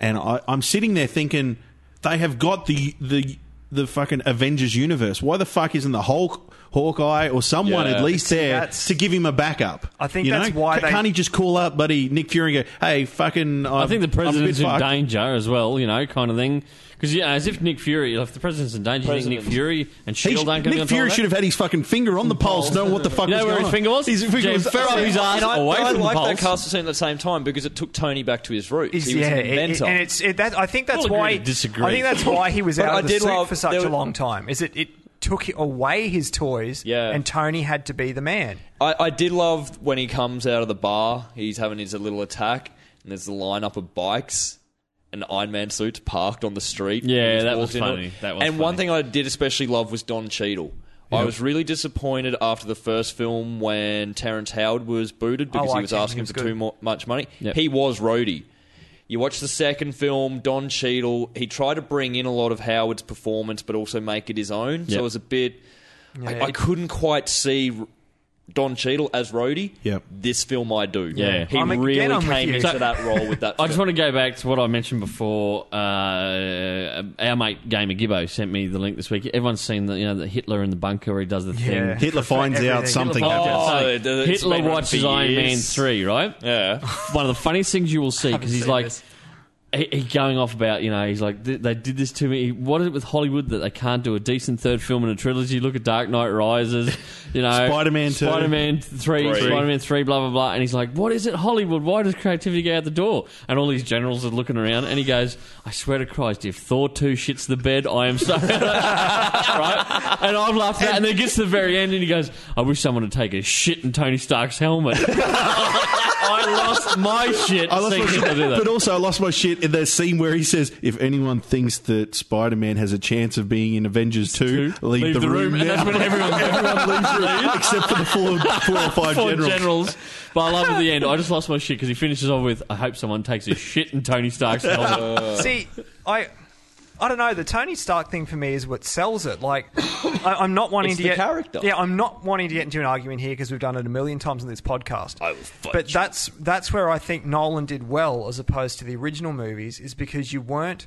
S4: and I, I'm sitting there thinking they have got the the the fucking Avengers universe. Why the fuck isn't the Hulk, Hawkeye, or someone
S2: Yeah.
S4: at least there
S3: that's-
S4: to give him a backup?
S3: I think
S4: You
S3: that's
S4: know?
S3: why
S4: Ca-
S3: they-
S4: can't he just call up buddy Nick Fury and go, hey, fucking? I'm,
S1: I think the president's
S4: I'm a
S1: in
S4: bit fucked."
S1: danger as well, you know, kind of thing. Because yeah, as if Nick Fury, if the president's in danger, you think Nick
S2: President.
S1: Fury and
S4: He
S1: Shield
S4: sh-
S1: E aren't going to be on top
S4: Nick Fury
S1: of that?
S4: should have had his fucking finger on the pulse, knowing what the fuck
S1: You know
S4: was
S1: where
S4: going
S1: his
S4: on.
S1: finger was?
S4: His finger
S1: James
S4: was
S1: Farrow, his ass
S2: And I,
S1: away
S2: I
S1: from
S2: like
S1: the
S2: that
S1: pulse.
S2: castle scene at the same time because it took Tony back to his roots.
S3: Is-
S2: he was
S3: yeah,
S2: an
S3: it- it-
S2: inventor.
S3: and it's it, that. I think that's
S1: We'll agree
S3: why.
S1: to disagree.
S3: I think that's why he was
S2: But
S3: out
S2: I
S3: of the
S2: did
S3: suit
S2: love-
S3: for such
S2: there
S3: a
S2: was-
S3: long time. Is it? It took away his toys.
S2: Yeah.
S3: and Tony had to be the man.
S2: I, I did love when he comes out of the bar. He's having his little attack, and there's a lineup of bikes and Iron Man suits parked on the street.
S1: Yeah,
S2: And he's
S1: that
S2: walked
S1: was
S2: into
S1: funny.
S2: it.
S1: That was
S2: and one
S1: funny.
S2: thing I did especially love was Don Cheadle. I was really disappointed after the first film when Terrence Howard was booted because he
S3: liked
S2: was
S3: him. He
S2: asking
S3: was
S2: for
S3: good.
S2: too mo- much money.
S1: Yep.
S2: He was roadie. You watch the second film, Don Cheadle. He tried to bring in a lot of Howard's performance, but also make it his own. So
S1: Yep.
S2: it was a bit.
S3: Yeah.
S2: I, I couldn't quite see Don Cheadle as Rhodey.
S4: Yep.
S2: This film I do.
S1: Yeah.
S2: He
S3: I'm- again,
S2: really
S3: I'm with
S2: came
S3: you.
S2: into
S1: So-
S2: that role with that.
S1: I just
S2: film.
S1: want to go back to what I mentioned before. Uh, our mate Gamer Gibbo sent me the link this week. Everyone's seen the you know the Hitler in the bunker where he does the
S3: Yeah.
S1: thing.
S4: Hitler finds out
S3: Everything.
S4: something
S1: Hitler-
S4: happened.
S2: Oh,
S1: So
S2: it- it's
S1: Hitler
S2: been running
S1: watches
S2: for
S1: Iron Man
S2: years.
S1: three, right?
S2: Yeah.
S1: One of the funniest things you will see because he's
S3: seen
S1: like.
S3: this.
S1: He, he going off about you know he's like "Th- they did this to me. What is it with Hollywood that they can't do a decent third film in a trilogy? Look at Dark Knight Rises, you know
S4: Spider-Man 2.
S1: Spider Man three,
S2: Three.
S1: Spider Man three, blah blah blah. And he's like, what is it Hollywood? Why does creativity go out the door? And all these generals are looking around, and he goes, I swear to Christ, if Thor two shits the bed, I am so right. And I've laughed at, that. and then it gets to the very end, and he goes, I wish someone would take a shit in Tony Stark's helmet. I lost my shit.
S4: I lost
S1: seeing
S4: my
S1: Hitler
S4: shit,
S1: do that.
S4: but also I lost my shit in that scene where he says, "If anyone thinks that Spider-Man has a chance of being in Avengers 2,
S1: Two,
S4: leave, the, room,
S1: and
S4: now."
S1: that's when everyone-
S4: everyone leaves the room except for the four, four or five
S1: Four
S4: generals.
S1: generals. But I love at the end. I just lost my shit because he finishes off with, "I hope someone takes a shit in Tony Stark's helmet."
S2: Uh.
S3: See, I. I don't know. The Tony Stark thing for me is what sells it. Like, I, I'm not wanting
S2: It's
S3: to
S2: the
S3: get
S2: character.
S3: Yeah, I'm not wanting to get into an argument here because we've done it a million times on this podcast.
S2: I will fight
S3: but
S2: you.
S3: that's that's where I think Nolan did well as opposed to the original movies is because you weren't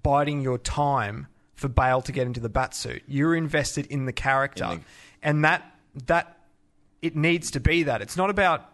S3: biding your time for Bale to get into the batsuit. You're invested in the character, and that that it needs to be that. It's not about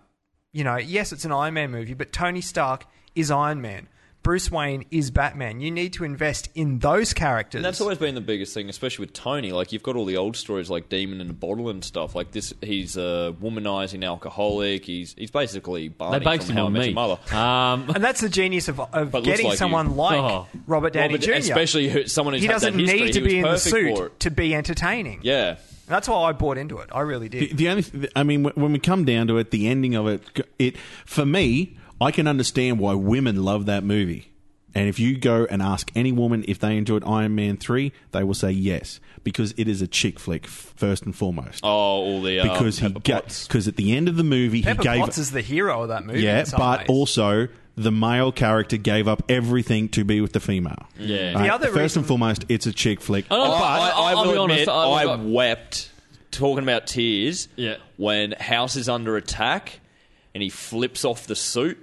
S3: you know, yes, it's an Iron Man movie, but Tony Stark is Iron Man. Bruce Wayne is Batman. You need to invest in those characters.
S2: And that's always been the biggest thing, especially with Tony. Like you've got all the old stories, like Demon in a Bottle and stuff. Like this, he's a womanizing alcoholic. He's he's basically
S1: they
S2: Barney
S1: based
S2: from
S1: him
S2: How I
S1: on
S2: Met
S1: me.
S2: Your Mother.
S1: Um,
S3: and that's the genius of, of
S2: But looks
S3: getting
S2: like
S3: someone
S2: you.
S3: like
S1: Oh.
S3: Robert Downey
S2: Robert-
S3: Jr.
S2: especially who, someone who's
S3: he
S2: had that
S3: doesn't need
S2: history.
S3: to
S2: He
S3: be in the
S2: was perfect for
S3: suit
S2: it.
S3: to be entertaining.
S2: Yeah,
S3: That's why I bought into it. I really did.
S4: The only, th- I mean, wh- when we come down to it, the ending of it, it for me, I can understand why women love that movie. And if you go and ask any woman if they enjoyed Iron Man three, they will say yes because it is a chick flick f- first and foremost.
S2: oh, all the uh,
S4: because he
S2: Pepper
S4: got
S2: Potts.
S4: because at the end of the movie
S3: Pepper
S4: he gave
S3: Potts is the hero of that movie.
S4: yeah,
S3: in some
S4: but
S3: ways.
S4: also the male character gave up everything to be with the female.
S1: Yeah.
S4: All
S3: The other
S4: first
S3: reason-
S4: and foremost, it's a chick flick.
S1: I don't-
S2: I,
S1: but
S2: I, I
S1: I'll
S2: will
S1: be honest,
S2: admit,
S1: I-
S2: I,
S1: I-
S2: wept talking about tears.
S1: Yeah.
S2: When House is under attack and he flips off the suit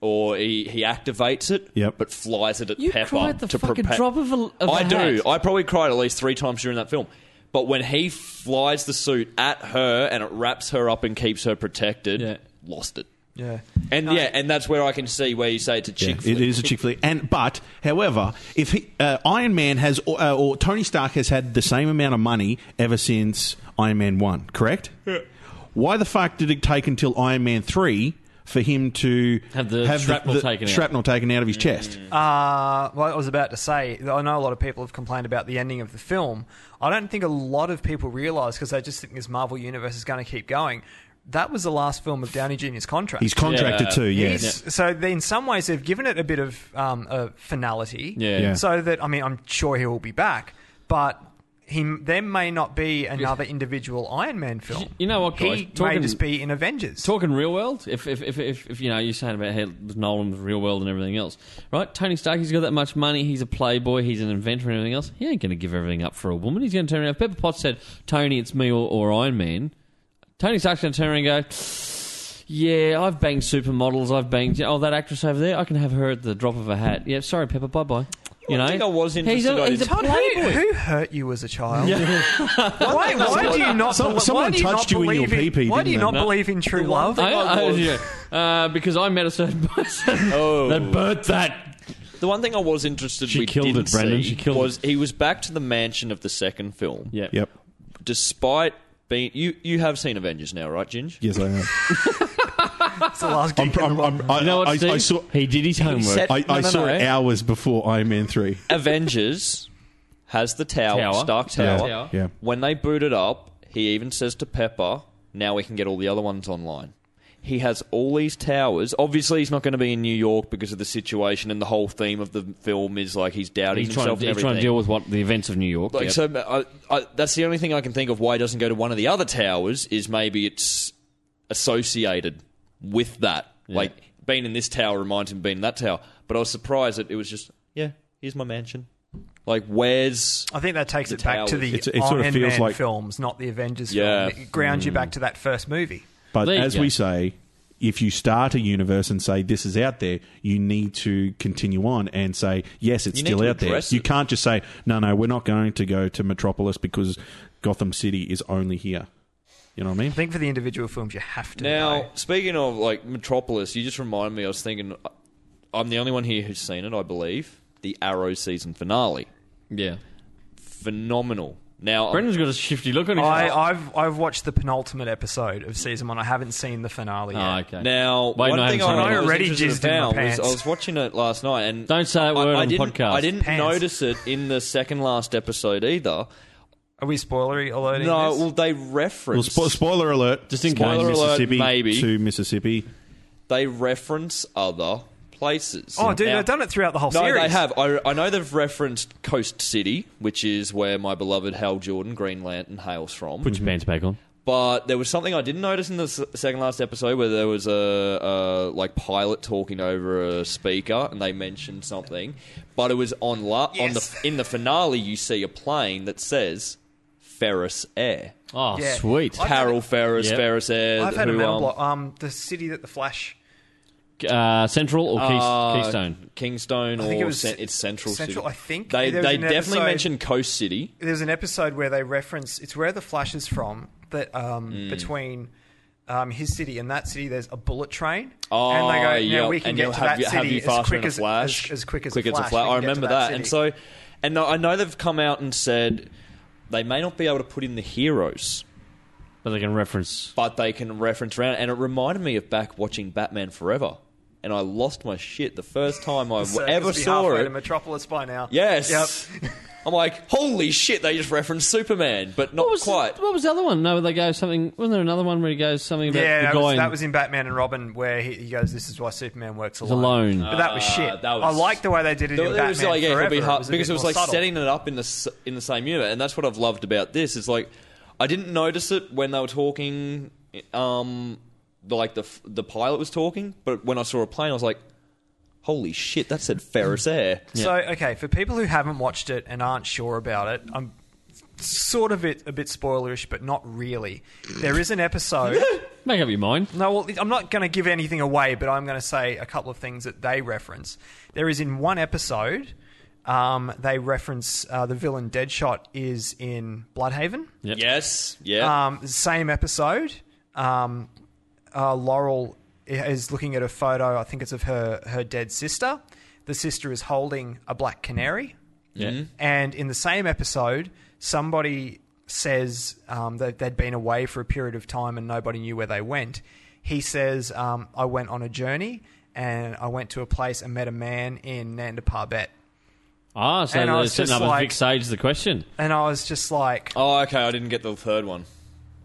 S2: or he, he activates it
S4: Yep.
S2: but flies it at
S1: You
S2: Pepper
S1: cried the
S2: to
S1: fucking
S2: prepare-
S1: drop of a- of a
S2: I do.
S1: hat.
S2: I probably cried at least 3 times during that film. But when he flies the suit at her and it wraps her up and keeps her protected,
S1: Yeah.
S2: lost it.
S3: Yeah.
S2: And yeah, and that's where I can see where you say it's a
S4: Yeah,
S2: chick flick.
S4: it is a chick flick. And but, however, if he, uh, Iron Man has or, uh, or Tony Stark has had the same amount of money ever since Iron Man One, correct? Why the fuck did it take until Iron Man Three for him to
S1: Have the shrapnel taken out. Mm.
S4: shrapnel taken out of his chest?
S3: Uh, well, I was about to say, I know a lot of people have complained about the ending of the film. I don't think a lot of people realise because they just think this Marvel universe is going to keep going. That was the last film of Downey Jr.'s contract.
S4: He's contracted
S2: Yeah.
S4: to yes.
S3: He's- So they- in some ways, they've given it a bit of um, a finality.
S1: Yeah. Yeah.
S3: So that I mean, I'm sure he will be back, but he there may not be another individual Iron Man film.
S1: You know what, guys?
S3: He may
S1: Talking-
S3: just be in Avengers.
S1: Talking real world, if if, if, if if you know you're saying about how Nolan was real world and everything else, right? Tony Stark, he's got that much money. He's a playboy. He's an inventor and everything else. He ain't going to give everything up for a woman. He's going to turn around. If Pepper Potts said, "Tony, it's me or, or Iron Man." Tony Stark's going to turn around and go, "Yeah, I've banged supermodels. I've banged oh that actress over there. I can have her at the drop of a hat." Yeah, sorry, Pepper. Bye bye. You know,
S2: I think I was
S1: He's
S2: interested,
S1: a,
S2: I
S1: he's a
S3: Todd,
S2: didn't-
S3: who,
S1: playboy.
S3: who hurt you as a child? why, why do you not?
S4: Some-
S3: bel- why
S4: someone
S3: do you not
S4: touched you in your
S3: believe
S4: pee-pee,
S3: Why do you
S4: didn't
S3: not
S4: they?
S3: believe in true love?
S1: I, I,
S2: was-
S1: yeah, uh, because I met a certain person
S3: Oh.
S1: that burnt that.
S2: The one thing I was interested
S1: She
S2: we
S1: killed
S2: didn't
S1: it, Brendan.
S2: see
S1: She killed
S2: was he was back to the mansion of the second film.
S1: Yeah,
S4: Yep.
S2: Despite being you you have seen Avengers now, right, Ginge?
S4: Yes, I have.
S3: That's the last
S4: I'm,
S3: geek in the
S4: I'm,
S3: world.
S4: I'm, I,
S1: You know what,
S4: I,
S1: Steve?
S4: I saw.
S1: he did his homework.
S2: said-
S4: I, I
S2: No, no,
S4: saw
S2: no.
S4: it hours before Iron Man Three.
S2: Avengers has the tower,
S1: Tower.
S2: Stark Tower.
S1: Tower.
S4: Yeah.
S2: When they boot it up, he even says to Pepper, "Now we can get all the other ones online." He has all these towers. Obviously, he's not going to be in New York because of the situation, and the whole theme of the film is like he's doubting
S1: He's trying,
S2: himself.
S1: to,
S2: and
S1: he's trying to
S2: everything.
S1: deal with what the events of New York.
S2: Like
S1: Yep.
S2: so, I, I, that's the only thing I can think of why he doesn't go to one of the other towers is maybe it's associated with that. Like being in this tower reminds him of being in that tower. But I was surprised that it was just yeah, here's my mansion. Like where's
S3: I think that takes
S2: The
S3: it back to
S2: towers.
S3: the
S4: It's- it sort of
S3: Iron
S4: feels
S3: Man
S4: like- Mm.
S3: films, not the Avengers.
S2: Yeah.
S3: film. It grounds you back to that first movie.
S4: But
S1: There you
S4: as
S1: go.
S4: we say, if you start a universe and say this is out there, you need to continue on and say yes, it's
S2: You need
S4: still
S2: to
S4: out there.
S2: address
S4: You
S2: it.
S4: can't just say no, no, we're not going to go to Metropolis because Gotham City is only here. You know what I mean?
S3: I think for the individual films, you have to
S2: now?
S3: know.
S2: Speaking of like Metropolis, you just remind me. I was thinking, I'm the only one here who's seen it. I believe the Arrow season finale,
S1: yeah.
S2: phenomenal. Now,
S1: Brendan's got a shifty look on his
S3: I,
S1: face.
S3: I've I've watched the penultimate episode of season one. I haven't seen the finale
S1: Oh,
S4: Ah,
S3: yet.
S1: okay.
S2: Now,
S1: Wait,
S2: one
S1: no,
S2: thing
S1: I'm
S2: I,
S1: sorry.
S2: I
S3: I already
S2: was interested
S3: jizzed
S2: in
S3: in my
S2: found was I
S3: pants.
S2: was watching it last night, and
S1: Don't say that word
S2: I, I
S1: on the
S2: didn't,
S1: podcast.
S2: I didn't
S3: Pants.
S2: notice it in the second last episode either.
S3: Are we spoilery alerting?
S2: No,
S3: this?
S2: well, they
S4: Well,
S2: reference
S4: spo- spoiler alert! Just
S1: in
S2: case. Spoiler alert,
S4: Mississippi
S2: maybe.
S4: to Mississippi.
S2: they reference other places.
S3: oh, dude,
S2: Now-
S3: they've done it throughout the whole
S2: No,
S3: series.
S2: they have. I, I know they've referenced Coast City, which is where my beloved Hal Jordan, Green Lantern, hails from.
S1: Put your pants back on.
S2: But there was something I didn't notice in the s- second last episode where there was a, a like pilot talking over a speaker, and they mentioned something. But it was on la- on the
S3: Yes.
S2: in the finale. You see a plane that says Ferris Air,
S1: Oh,
S3: Yeah.
S1: sweet.
S3: I've had
S2: Carol Ferris,
S1: Yep.
S2: Ferris Air.
S3: I've had a
S2: who,
S3: mental
S2: um,
S3: block. Um, the city that the Flash.
S1: Uh, Central or Keys-
S2: uh,
S1: Keystone?
S2: Kingstone,
S3: I think
S2: or
S3: it was
S2: Cen- it's Central.
S3: Central,
S2: City.
S3: I think.
S2: they
S3: There was
S2: they
S3: an
S2: definitely
S3: episode-
S2: mentioned Coast City.
S3: There's an episode where they reference it's where the Flash is from. That um,
S2: Mm.
S3: between um, his city and that city, there's a bullet train,
S2: Oh,
S3: and they go, "Now
S2: yeah,
S3: we can
S2: and
S3: get
S2: you'll
S3: to
S2: have,
S3: that
S2: you- have
S3: city
S2: you
S3: as
S2: faster
S3: quick
S2: than a
S3: as,
S2: flash,
S3: as, as quick as
S2: quick
S3: a flash." we can
S2: I
S3: get to
S2: remember that,
S3: that,
S2: and
S3: city.
S2: so, and I know they've come out and said they may not be able to put in the heroes,
S1: But they can reference.
S2: but they can reference around. And it reminded me of back watching Batman Forever, and I lost my shit the first time I
S3: So
S2: ever
S3: must be
S2: saw
S3: halfway
S2: it.
S3: to Metropolis by now.
S2: yes, I'm like, holy shit! They just referenced Superman, but not
S1: What was,
S2: quite.
S1: The, what was the other one? No, they go something. Wasn't there another one where he goes something about
S3: Yeah,
S1: the
S3: that
S1: guy
S3: was,
S1: in-
S3: that was in Batman and Robin where he, he goes, "This is why Superman works alone."
S1: alone.
S3: But that was
S2: Ah,
S3: shit.
S2: that was-
S3: I like the way they did it in
S2: It
S3: Batman
S2: was like yeah,
S3: Forever.
S2: it'll be hard,
S3: a
S2: because
S3: bit
S2: it was
S3: more
S2: like
S3: subtle.
S2: setting it up in the s- in the same universe, and that's what I've loved about this. Is like I didn't notice it when they were talking, um, the, like the f- the pilot was talking, but when I saw a plane, I was like, "Holy shit, that said Ferris Air."
S3: So okay, for people who haven't watched it and aren't sure about it, I'm sort of it, a bit spoilerish, but not really. There is an episode.
S1: Make up your mind.
S3: No, well, I'm not going to give anything away, but I'm going to say a couple of things that they reference. There is in one episode, um, they reference uh, the villain Deadshot is in Bloodhaven.
S1: Yep.
S2: Yes. Yeah.
S3: Um, same episode, um, uh, Laurel is looking at a photo. I think it's of her her dead sister. The sister is holding a black canary.
S1: Yeah.
S3: And in the same episode, somebody says um, that they'd been away for a period of time and nobody knew where they went. He says, um, I went on a journey and I went to a place and met a man in Nanda Parbat.
S1: Ah, so
S3: And I
S1: they're
S3: was
S1: setting
S3: just
S1: up a
S3: like-
S1: Vic Sage the question.
S3: And I was just like,
S2: oh, okay. I didn't get the third one.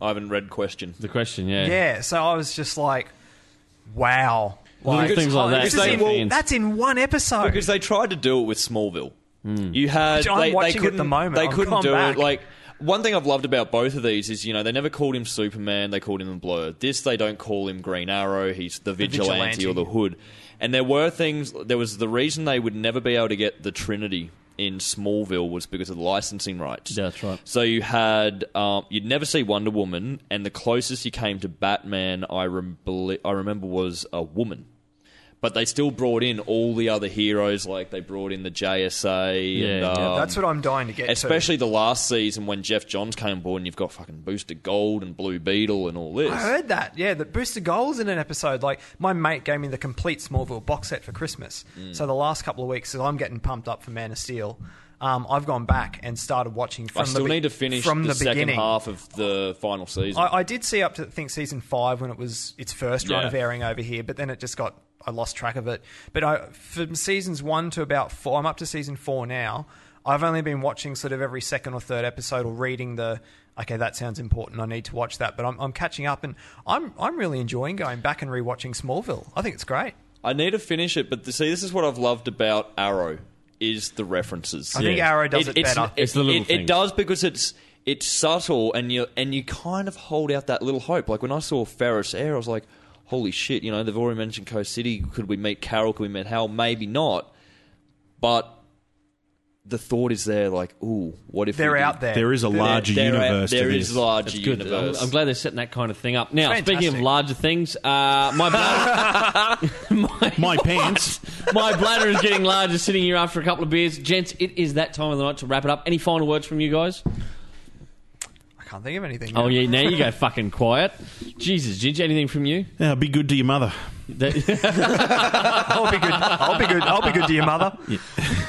S2: I haven't read question.
S1: The question, yeah.
S3: yeah. So I was just like, wow.
S1: Little
S3: Like,
S1: things like that.
S3: Oh, this is
S2: They-
S3: in-
S2: well,
S3: that's in one episode.
S2: Because they tried to do it with Smallville.
S1: Hmm.
S2: You had
S3: Which I'm
S2: they, they
S3: watching at the
S2: couldn't,
S3: moment.
S2: They
S3: I've
S2: couldn't
S3: gone
S2: do
S3: back.
S2: it like one thing I've loved about both of these is you know they never called him Superman, they called him the Blur. This they don't call him Green Arrow. He's the vigilante,
S3: vigilante.
S2: or the Hood. And there were things. There was the reason they would never be able to get the Trinity in Smallville was because of the licensing rights.
S1: Yeah, that's right.
S2: So you had um, you'd never see Wonder Woman, and the closest you came to Batman, I, rem- belie- I remember was a woman. But they still brought in all the other heroes, like they brought in the JSA. and,
S1: Yeah, yeah.
S2: um,
S3: that's what I'm dying to get to.
S2: especially the last season when Jeff Johns came aboard, and you've got fucking Booster Gold and Blue Beetle and all this.
S3: I heard that. Yeah, that Booster Gold's in an episode. Like my mate gave me the complete Smallville box set for Christmas.
S2: Mm.
S3: So the last couple of weeks, as I'm getting pumped up for Man of Steel, um, I've gone back and started watching. From
S2: I still
S3: the be-
S2: need to finish
S3: from
S2: the,
S3: the,
S2: second
S3: beginning.
S2: half of the final season.
S3: I, I did see up to I think season five when it was its first run
S2: Yeah.
S3: of airing over here, but then it just got I lost track of it. But I from seasons one to about four, I'm up to season four now. I've only been watching sort of every second or third episode or reading the. Okay, that sounds important. I need to watch that, but I'm, I'm catching up, and I'm I'm really enjoying going back and rewatching Smallville. I think it's great.
S2: I need to finish it, but the, see, this is what I've loved about Arrow is the references.
S3: I think Arrow does it,
S2: it's,
S3: better.
S1: It's the little
S2: it, it
S1: things.
S2: does because it's it's subtle and you and you kind of hold out that little hope. Like when I saw Ferris Air, I was like, "Holy shit!" You know, they've already mentioned Coast City. Could we meet Carol? Could we meet Hal? Maybe not, but the thought is there. Like, ooh, what if
S3: They're
S2: we did-
S3: out there.
S4: There is a
S2: There-
S4: larger
S2: there-
S4: universe
S2: There
S4: to
S2: is
S4: this.
S2: larger
S1: That's good. I'm,
S2: universe.
S1: I'm glad they're setting that kind of thing up. Now, speaking of
S3: Fantastic.
S1: larger things, uh, my bladder, my,
S4: My pants.
S1: my bladder is getting larger sitting here after a couple of beers. Gents, it is that time of the night to wrap it up. Any final words from you guys?
S3: I can't think of anything.
S1: Oh, yeah, now you go fucking quiet. Jesus, Ginger, anything from you?
S4: Yeah, be good to your mother.
S1: That-
S3: I'll be good. I'll be good. I'll be good to your mother.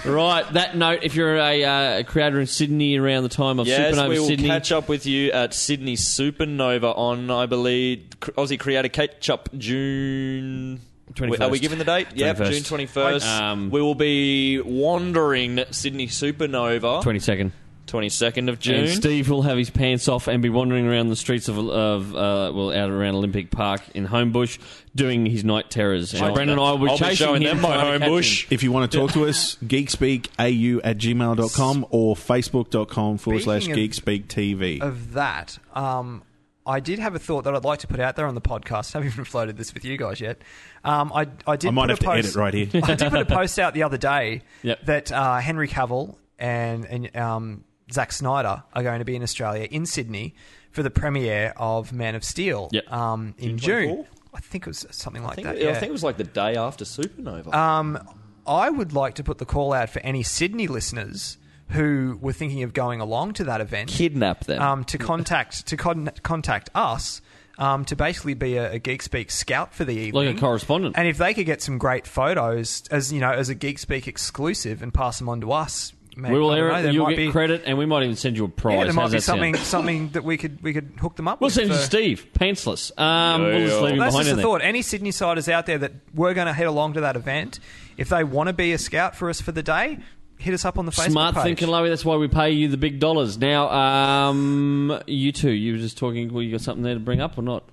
S1: right, that note, if you're a uh, creator in Sydney around the time of
S2: Yes,
S1: Supernova
S2: we will
S1: Sydney,
S2: catch up with you at Sydney Supernova on, I believe, C- Aussie Creator Catch Up June.
S1: 21st.
S2: Are we given the date? Yep,
S1: 21st.
S2: June 21st.
S1: Um,
S2: we will be wandering Sydney Supernova,
S1: 22nd.
S2: 22nd of
S1: And
S2: June.
S1: Steve will have his pants off and be wandering around the streets of, of uh, well, out around Olympic Park in Homebush doing his night terrors. And Brendan and I will be
S2: I'll be
S1: chasing
S2: showing
S1: him
S2: them my
S1: trying to catch
S2: Homebush.
S1: him.
S4: If you want to talk to us, geekspeakau at gmail.com or facebook.com forward slash
S3: Speaking of-
S4: geekspeaktv.
S3: of that, um, I did have a thought that I'd like to put out there on the podcast. I haven't even floated this with you guys yet. Um, I, I did.
S4: I might
S3: put
S4: have
S3: a
S4: to
S3: post,
S4: edit right here.
S3: I did put a post out the other day
S1: Yep.
S3: that uh, Henry Cavill and and um, Zack Snyder are going to be in Australia in Sydney for the premiere of Man of Steel
S1: Yep.
S3: um, in June.
S2: 24?
S3: I think it was something
S2: I
S3: like
S2: think,
S3: that.
S2: I
S3: yeah.
S2: think it was like the day after Supernova.
S1: Uh,
S3: I would like to put the call out for any Sydney listeners who were thinking of going along to that event
S2: Kidnap
S1: uh,
S2: them.
S3: um, to contact to con- contact us um, to basically be a, a Geek Speak scout for the evening,
S1: Like a correspondent.
S3: And if they could get some great photos as you know as a Geek Speak exclusive and pass them on to us, man,
S1: We will
S3: I don't
S1: air
S3: know,
S1: it.
S3: there
S1: You'll
S3: might
S1: get
S3: be,
S1: credit, and we might even send you a prize.
S3: Yeah, there might
S1: How's
S3: be
S1: that sound?
S3: something something that we could we could hook them up.
S1: We'll
S3: with
S1: send you
S3: for-
S1: Steve, pantsless. Um, we'll just
S2: yeah.
S1: leave him
S3: That's
S1: behind
S3: just
S1: in there.
S3: the thought. Any Sydney siders out there that we're going to head along to that event, if they want to be a scout for us for the day, hit us up on the Facebook
S1: Smart
S3: page.
S1: thinking, Lowy. That's why we pay you the big dollars. Now, um, you two, you were just talking. Well, you got something there to bring up or not?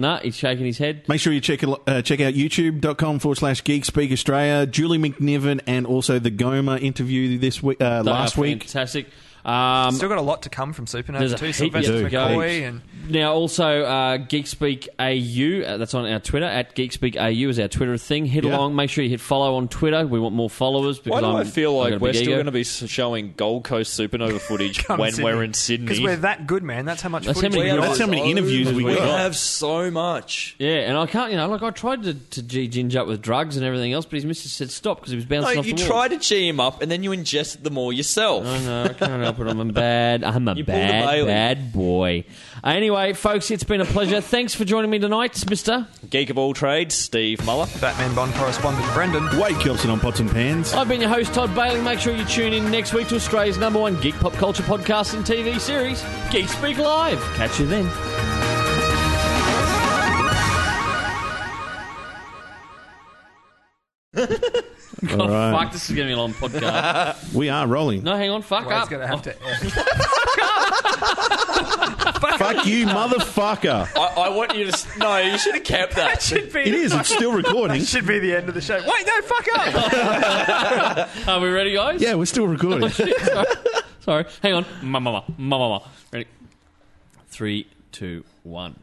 S1: Nah, he's shaking his head.
S4: Make sure you check it- uh, check out youtube.com forward slash geekspeak Australia, Julie McNiven, and also the Goma interview this week, uh,
S1: They
S4: last
S1: are
S4: week.
S1: Fantastic. Uh, Um,
S3: Still got a lot to come from Supernova
S1: There's a
S3: too.
S1: heap
S4: yet
S3: Sylvester
S4: to go.
S3: McCoy and
S1: Now, also, uh, Geekspeak AU, uh, that's on our Twitter, at Geekspeak AU is our Twitter thing. Hit
S4: Yeah.
S1: along, make sure you hit follow on Twitter. We want more followers.
S2: Why
S1: Because
S2: do
S1: I'm,
S2: i feel
S1: I'm
S2: like
S1: gonna
S2: we're
S1: be
S2: still
S1: ego.
S2: going to be s- showing Gold Coast Supernova footage when we're in
S3: because
S2: Sydney?
S3: we're that good, man. That's how much
S1: That's how
S3: footage
S1: many
S3: we got.
S1: That's
S4: how many interviews we
S2: We
S4: got.
S2: have so much.
S1: Yeah, and I can't, you know, like I tried to, to G Ginge up with drugs and everything else, but his missus said stop because he was
S2: No,
S1: bouncing off
S2: you
S1: the
S2: try to gee him up, and then you ingested them all yourself.
S1: I know, I can't help it. I'm a bad, I'm a
S2: You pulled a
S1: bad,
S2: Bailey.
S1: bad boy. Anyway, folks, it's been a pleasure. Thanks for joining me tonight, Mister.
S2: Geek of all trades, Steve Muller.
S3: Batman Bond correspondent Brendan.
S4: Wade Kilson on Pots and Pans.
S1: I've been your host, Todd Bailey. Make sure you tune in next week to Australia's number one geek pop culture podcast and TV series, Geek Speak Live. Catch you then.
S4: All right.
S1: Fuck, this is going to be a long podcast.
S4: We are rolling.
S1: No, hang on. Fuck
S3: Wade's
S1: up.
S3: gonna have to.
S4: Fuck you, motherfucker.
S2: I, I want you to. s- No, you should have kept
S3: that
S2: that.
S3: should be.
S4: It is. It's still recording.
S3: That should be the end of the show. Wait, no, fuck up.
S1: Are we ready, guys?
S4: Yeah, we're still recording.
S1: Sorry. Sorry. Hang on. Ma, ma, ma, ma, ma, ma. Ready? Three, two, one.